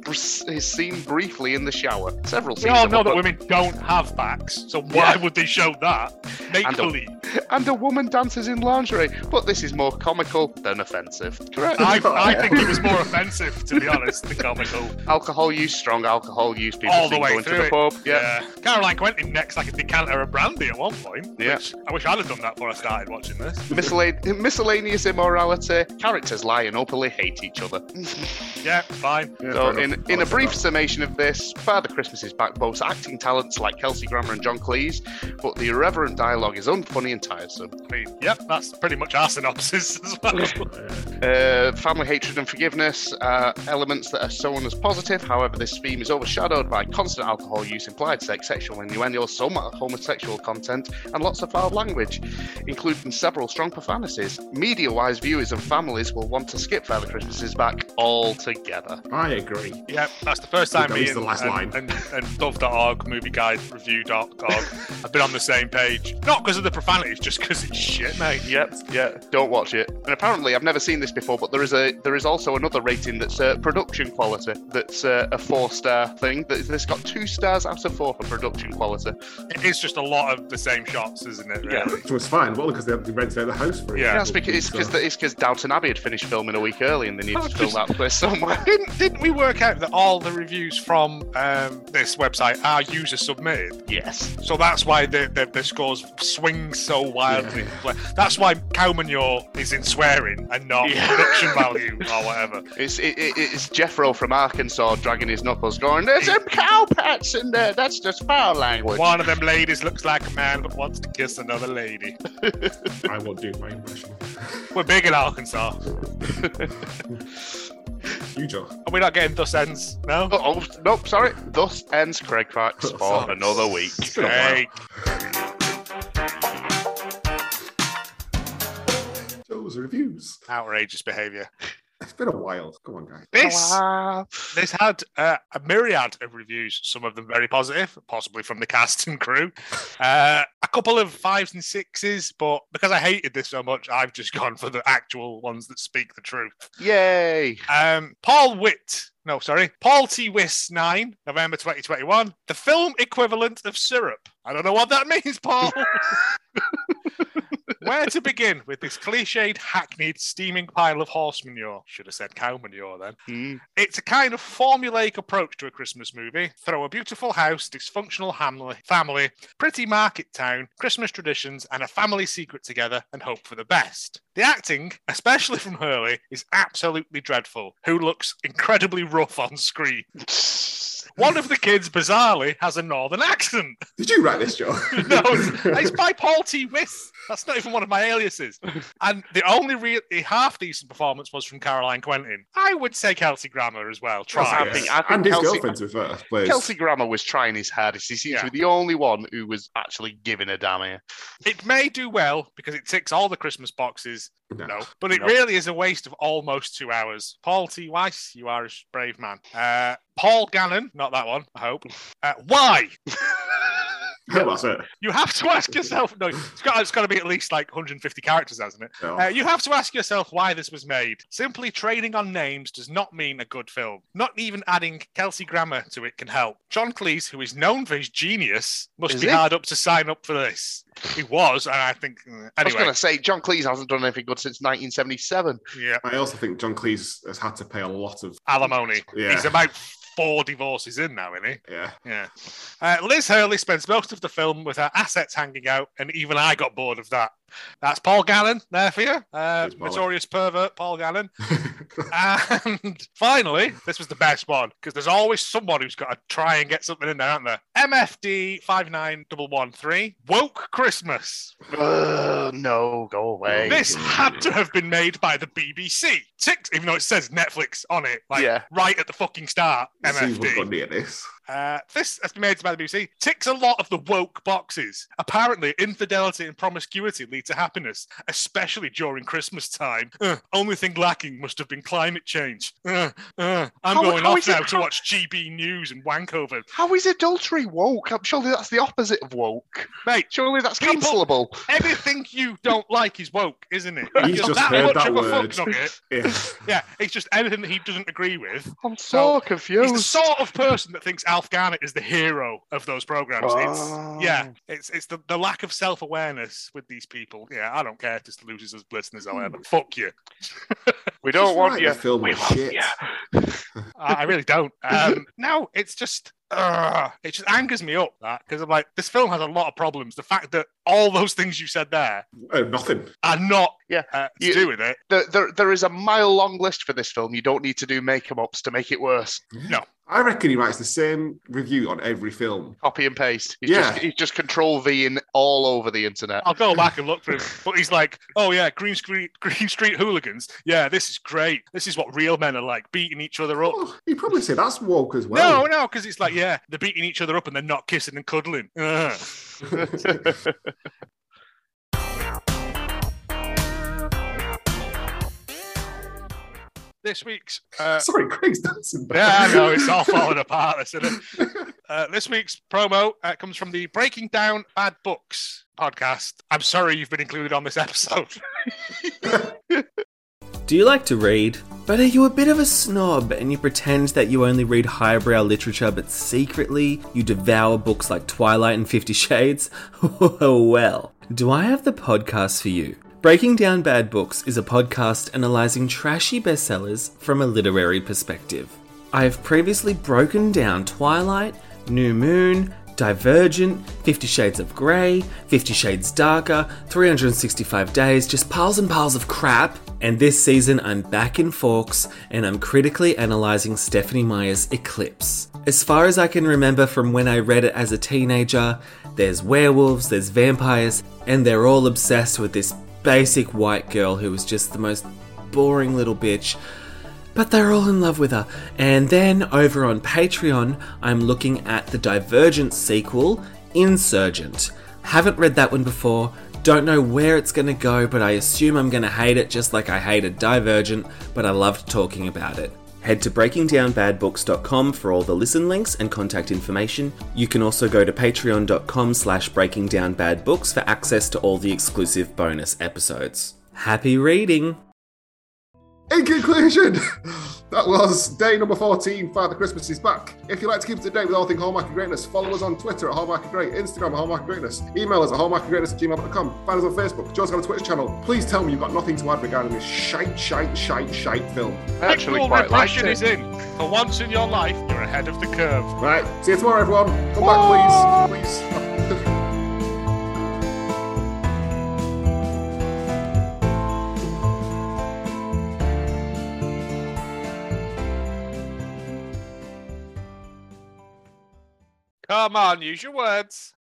S3: is seen briefly in the shower. Several
S2: We
S3: scenes
S2: all
S3: of
S2: know
S3: a-
S2: Oh, that women don't have backs, so why
S3: Yeah.
S2: would they show that? Make
S3: And a-
S2: believe.
S3: and a woman dances in lingerie, but this is more comical than offensive. Correct.
S2: I, I think it was more offensive, to be honest, the comical.
S3: alcohol use, strong alcohol use, people
S2: All the
S3: seen
S2: way
S3: going to
S2: through
S3: the
S2: it.
S3: pub. Yeah.
S2: Caroline Quentin next like a decanter of brandy at one point.
S3: Yeah.
S2: which I wish I'd have done that before I started watching this.
S3: Miscellane- miscellaneous immorality, characters lie and openly hate each other.
S2: Yeah, fine.
S1: Yeah,
S3: So,
S1: fair enough.
S3: in,
S1: I
S3: in a
S1: like
S3: brief
S1: that.
S3: summation of this, Father Christmas is back boasts acting talents like Kelsey Grammer and John Cleese, but the irreverent dialogue is unfunny and tiresome.
S2: I mean, yep, that's pretty much our synopsis as well.
S3: Uh, family hatred and forgiveness are elements that are shown as positive. However, this theme is overshadowed by constant alcohol use, implied sex, sexual innuendo, some homosexual content, and lots of foul language, including several strong profanities. Media wise, viewers and families will want to skip Father Christmases back altogether.
S1: I agree.
S2: Yep, that's the first time
S1: That
S2: me
S1: was
S2: and,
S1: the last
S2: and,
S1: line.
S2: and, and love.org, movie guide review.org have been on the same page. Not because of the profanities, just because it's shit, mate.
S3: Yep, yeah, don't watch it. And apparently, I've never seen this before, but there is a there is also another rating that's uh, production quality. That's uh, a four star thing. That this got two stars out of four for production quality.
S2: It is just a lot of the same shots, isn't it?
S3: Yeah.
S2: really?
S1: Which was fine, well, because they had to rent out the house for it.
S2: Yeah.
S3: That's because it's because it's because Downton Abbey had finished filming a week early, and they needed
S2: Oh,
S3: to fill
S2: just-
S3: that place somewhere.
S2: Didn't, didn't we work out that all the reviews from um, this website are user submitted?
S3: yes.
S2: So that's why the, the, the scores swing so so wildly. That's why cow manure is in swearing and not
S3: Yeah.
S2: production value or whatever.
S3: It's it, it, it's Jeffro from Arkansas dragging his knuckles, going, "There's some cow pats in there. That's just foul language."
S2: One of them ladies looks like a man but wants to kiss another lady.
S1: I will do my impression.
S2: We're big in Arkansas.
S1: You, Joe.
S2: Are we not getting thus ends? No?
S3: Oh, nope, sorry. Thus ends Craig Facts for another week.
S1: It's been a while.
S2: Hey,
S1: Joe's reviews.
S2: outrageous behaviour.
S1: It's been a while. Come on, guys.
S2: This this had uh, a myriad of reviews, some of them very positive, possibly from the cast and crew. Uh, a couple of fives and sixes, but because I hated this so much, I've just gone for the actual ones that speak the truth.
S3: Yay.
S2: Um, Paul Witt. No, sorry. Paul T. Wiss, 9, November 2021. The film equivalent of syrup. I don't know what that means, Paul. Where to begin with this cliched, hackneyed, steaming pile of horse manure? Should have said cow manure then.
S3: Hmm.
S2: It's a kind of formulaic approach to a Christmas movie. Throw a beautiful house, dysfunctional hamli- family, pretty market town, Christmas traditions, and a family secret together and hope for the best. The acting, especially from Hurley, is absolutely dreadful, who looks incredibly rough on screen. One of the kids, bizarrely, has a northern accent.
S1: Did you write this, Joe?
S2: No, it's, it's by Paul T. Wiss. That's not even one of my aliases. And the only real half decent performance was from Caroline Quentin. I would say Kelsey Grammer as well. Try.
S3: I think- I think
S1: and his
S3: Kelsey-
S1: girlfriend, to be fair, plays.
S3: Kelsey Grammer was trying his hardest. He seems
S2: Yeah.
S3: to be the only one who was actually giving a damn here.
S2: It may do well because it ticks all the Christmas boxes.
S1: No.
S2: No, but it
S3: No.
S2: really is a waste of almost two hours. Paul T. Weiss, you are a brave man. Uh, Paul Gannon, not that one, I hope. Uh, why?
S1: That's it.
S2: You have to ask yourself. No, it's got, it's got to be at least like 150 characters, hasn't it?
S1: No.
S2: Uh, you have to ask yourself why this was made. Simply trading on names does not mean a good film. Not even adding Kelsey Grammer to it can help. John Cleese, who is known for his genius, must
S3: Is
S2: be
S3: he?
S2: hard up to sign up for this. He was, and I think mm,
S3: I was
S2: anyway.
S3: going to say, John Cleese hasn't done anything good since 1977.
S2: Yeah,
S1: I also think John Cleese has had to pay a lot of.
S2: alimony.
S1: Yeah.
S2: He's about four divorces in now, isn't he?
S1: Yeah.
S2: Yeah. Uh, Liz Hurley spends most of the film with her assets hanging out, and even I got bored of that. That's Paul Gallen there for you. Uh,
S1: There's Paul.
S2: notorious pervert Paul Gallen. and finally, this was the best one because there's always someone who's got to try and get something in there, aren't there? MFD 59113 Woke Christmas.
S3: Ugh, no, go away.
S2: This had to have been made by the BBC. Six, even though it says Netflix on it, like
S3: Yeah.
S2: right at the fucking start.
S1: See what got
S2: MFD.
S1: near this.
S2: Uh, this has been made by the BBC. Ticks a lot of the woke boxes. Apparently, infidelity and promiscuity lead to happiness, especially during Christmas time. Uh, only thing lacking must have been climate change. Uh, uh, I'm
S3: How-
S2: going
S3: how
S2: off
S3: is it-
S2: now to
S3: how-
S2: watch GB News and Wankover.
S3: How is adultery woke? I'm surely that's the opposite of woke.
S2: Mate,
S3: Surely that's
S2: People-
S3: cancelable.
S2: everything you don't like is woke, isn't it?
S1: He's
S2: You're
S1: just heard that word.
S2: fuck nugget.
S1: Yeah.
S2: Yeah, it's just anything that he doesn't agree with.
S3: I'm
S2: So,
S3: so,
S2: He's
S3: confused.
S2: the sort of person that thinks Alf Garnett is the hero of those programs.
S3: Oh.
S2: It's yeah, it's it's the, the lack of self awareness with these people. Yeah, I don't care if this loses us listeners, however.
S3: Hmm.
S2: Fuck you.
S1: Just
S3: we don't want
S1: write
S3: you.
S1: the Film
S3: We
S1: of
S3: want
S1: shit.
S3: you.
S2: I, I really don't. Um, no, it's just uh, it just angers me up that because I'm like, this film has a lot of problems. The fact that all those things you said there
S1: Uh, nothing.
S2: are not
S3: Yeah,
S2: uh, to
S3: you-
S2: do with it.
S3: There, there, there is a mile long list for this film. You don't need to do make em ups to make it worse.
S1: I reckon he writes the same review on every film.
S3: Copy and paste. He's
S1: Yeah.
S3: just, he's just control V in all over the internet.
S2: I'll go back and look for him. But he's like, oh yeah, Green Street, Green Street hooligans. Yeah, this is great. This is what real men are like, beating each other up.
S1: Oh, he'd probably say that's woke as well.
S2: No, no, because it's like, yeah, they're beating each other up and they're not kissing and cuddling. Ugh. This week's. Uh,
S1: Sorry, Craig's dancing. back.
S2: yeah, I know, it's all falling apart, isn't it? Uh, this week's promo uh, comes from the Breaking Down Bad Books podcast. I'm sorry you've been included on this episode.
S10: Do you like to read? But are you a bit of a snob and you pretend that you only read highbrow literature but secretly you devour books like Twilight and Fifty Shades? well, do I have the podcast for you? Breaking Down Bad Books is a podcast analysing trashy bestsellers from a literary perspective. I have previously broken down Twilight, New Moon, Divergent, Fifty Shades of Grey, Fifty Shades Darker, 365 Days, just piles and piles of crap. And this season, I'm back in Forks and I'm critically analysing Stephanie Meyer's Eclipse. As far as I can remember from when I read it as a teenager, there's werewolves, there's vampires, and they're all obsessed with this basic white girl who was just the most boring little bitch but they're all in love with her. And then over on Patreon, I'm looking at the Divergent sequel, Insurgent. Haven't read that one before, don't know where it's gonna go, but I assume I'm gonna hate it just like I hated Divergent, but I loved talking about it. Head to breakingdownbadbooks.com for all the listen links and contact information. You can also go to patreon.com slash breakingdownbadbooks for access to all the exclusive bonus episodes. Happy reading!
S1: In conclusion, that was day number 14, Father Christmas is back. If you'd like to keep up to date with all things Hallmark and Greatness, follow us on Twitter at Hallmark and Great, Instagram at Hallmark and Greatness, email us at hallmarkandgreatness at gmail.com, find us on Facebook, join us on a Twitch channel. Please tell me you've got nothing to add regarding this shite, shite, shite, shite film.
S3: I actually
S2: Sexual
S3: quite liked
S2: repression
S3: it.
S2: is in. For once in your life, you're ahead of the curve.
S1: Right, see you tomorrow, everyone. Come back, please. Please.
S2: Come on, use your words.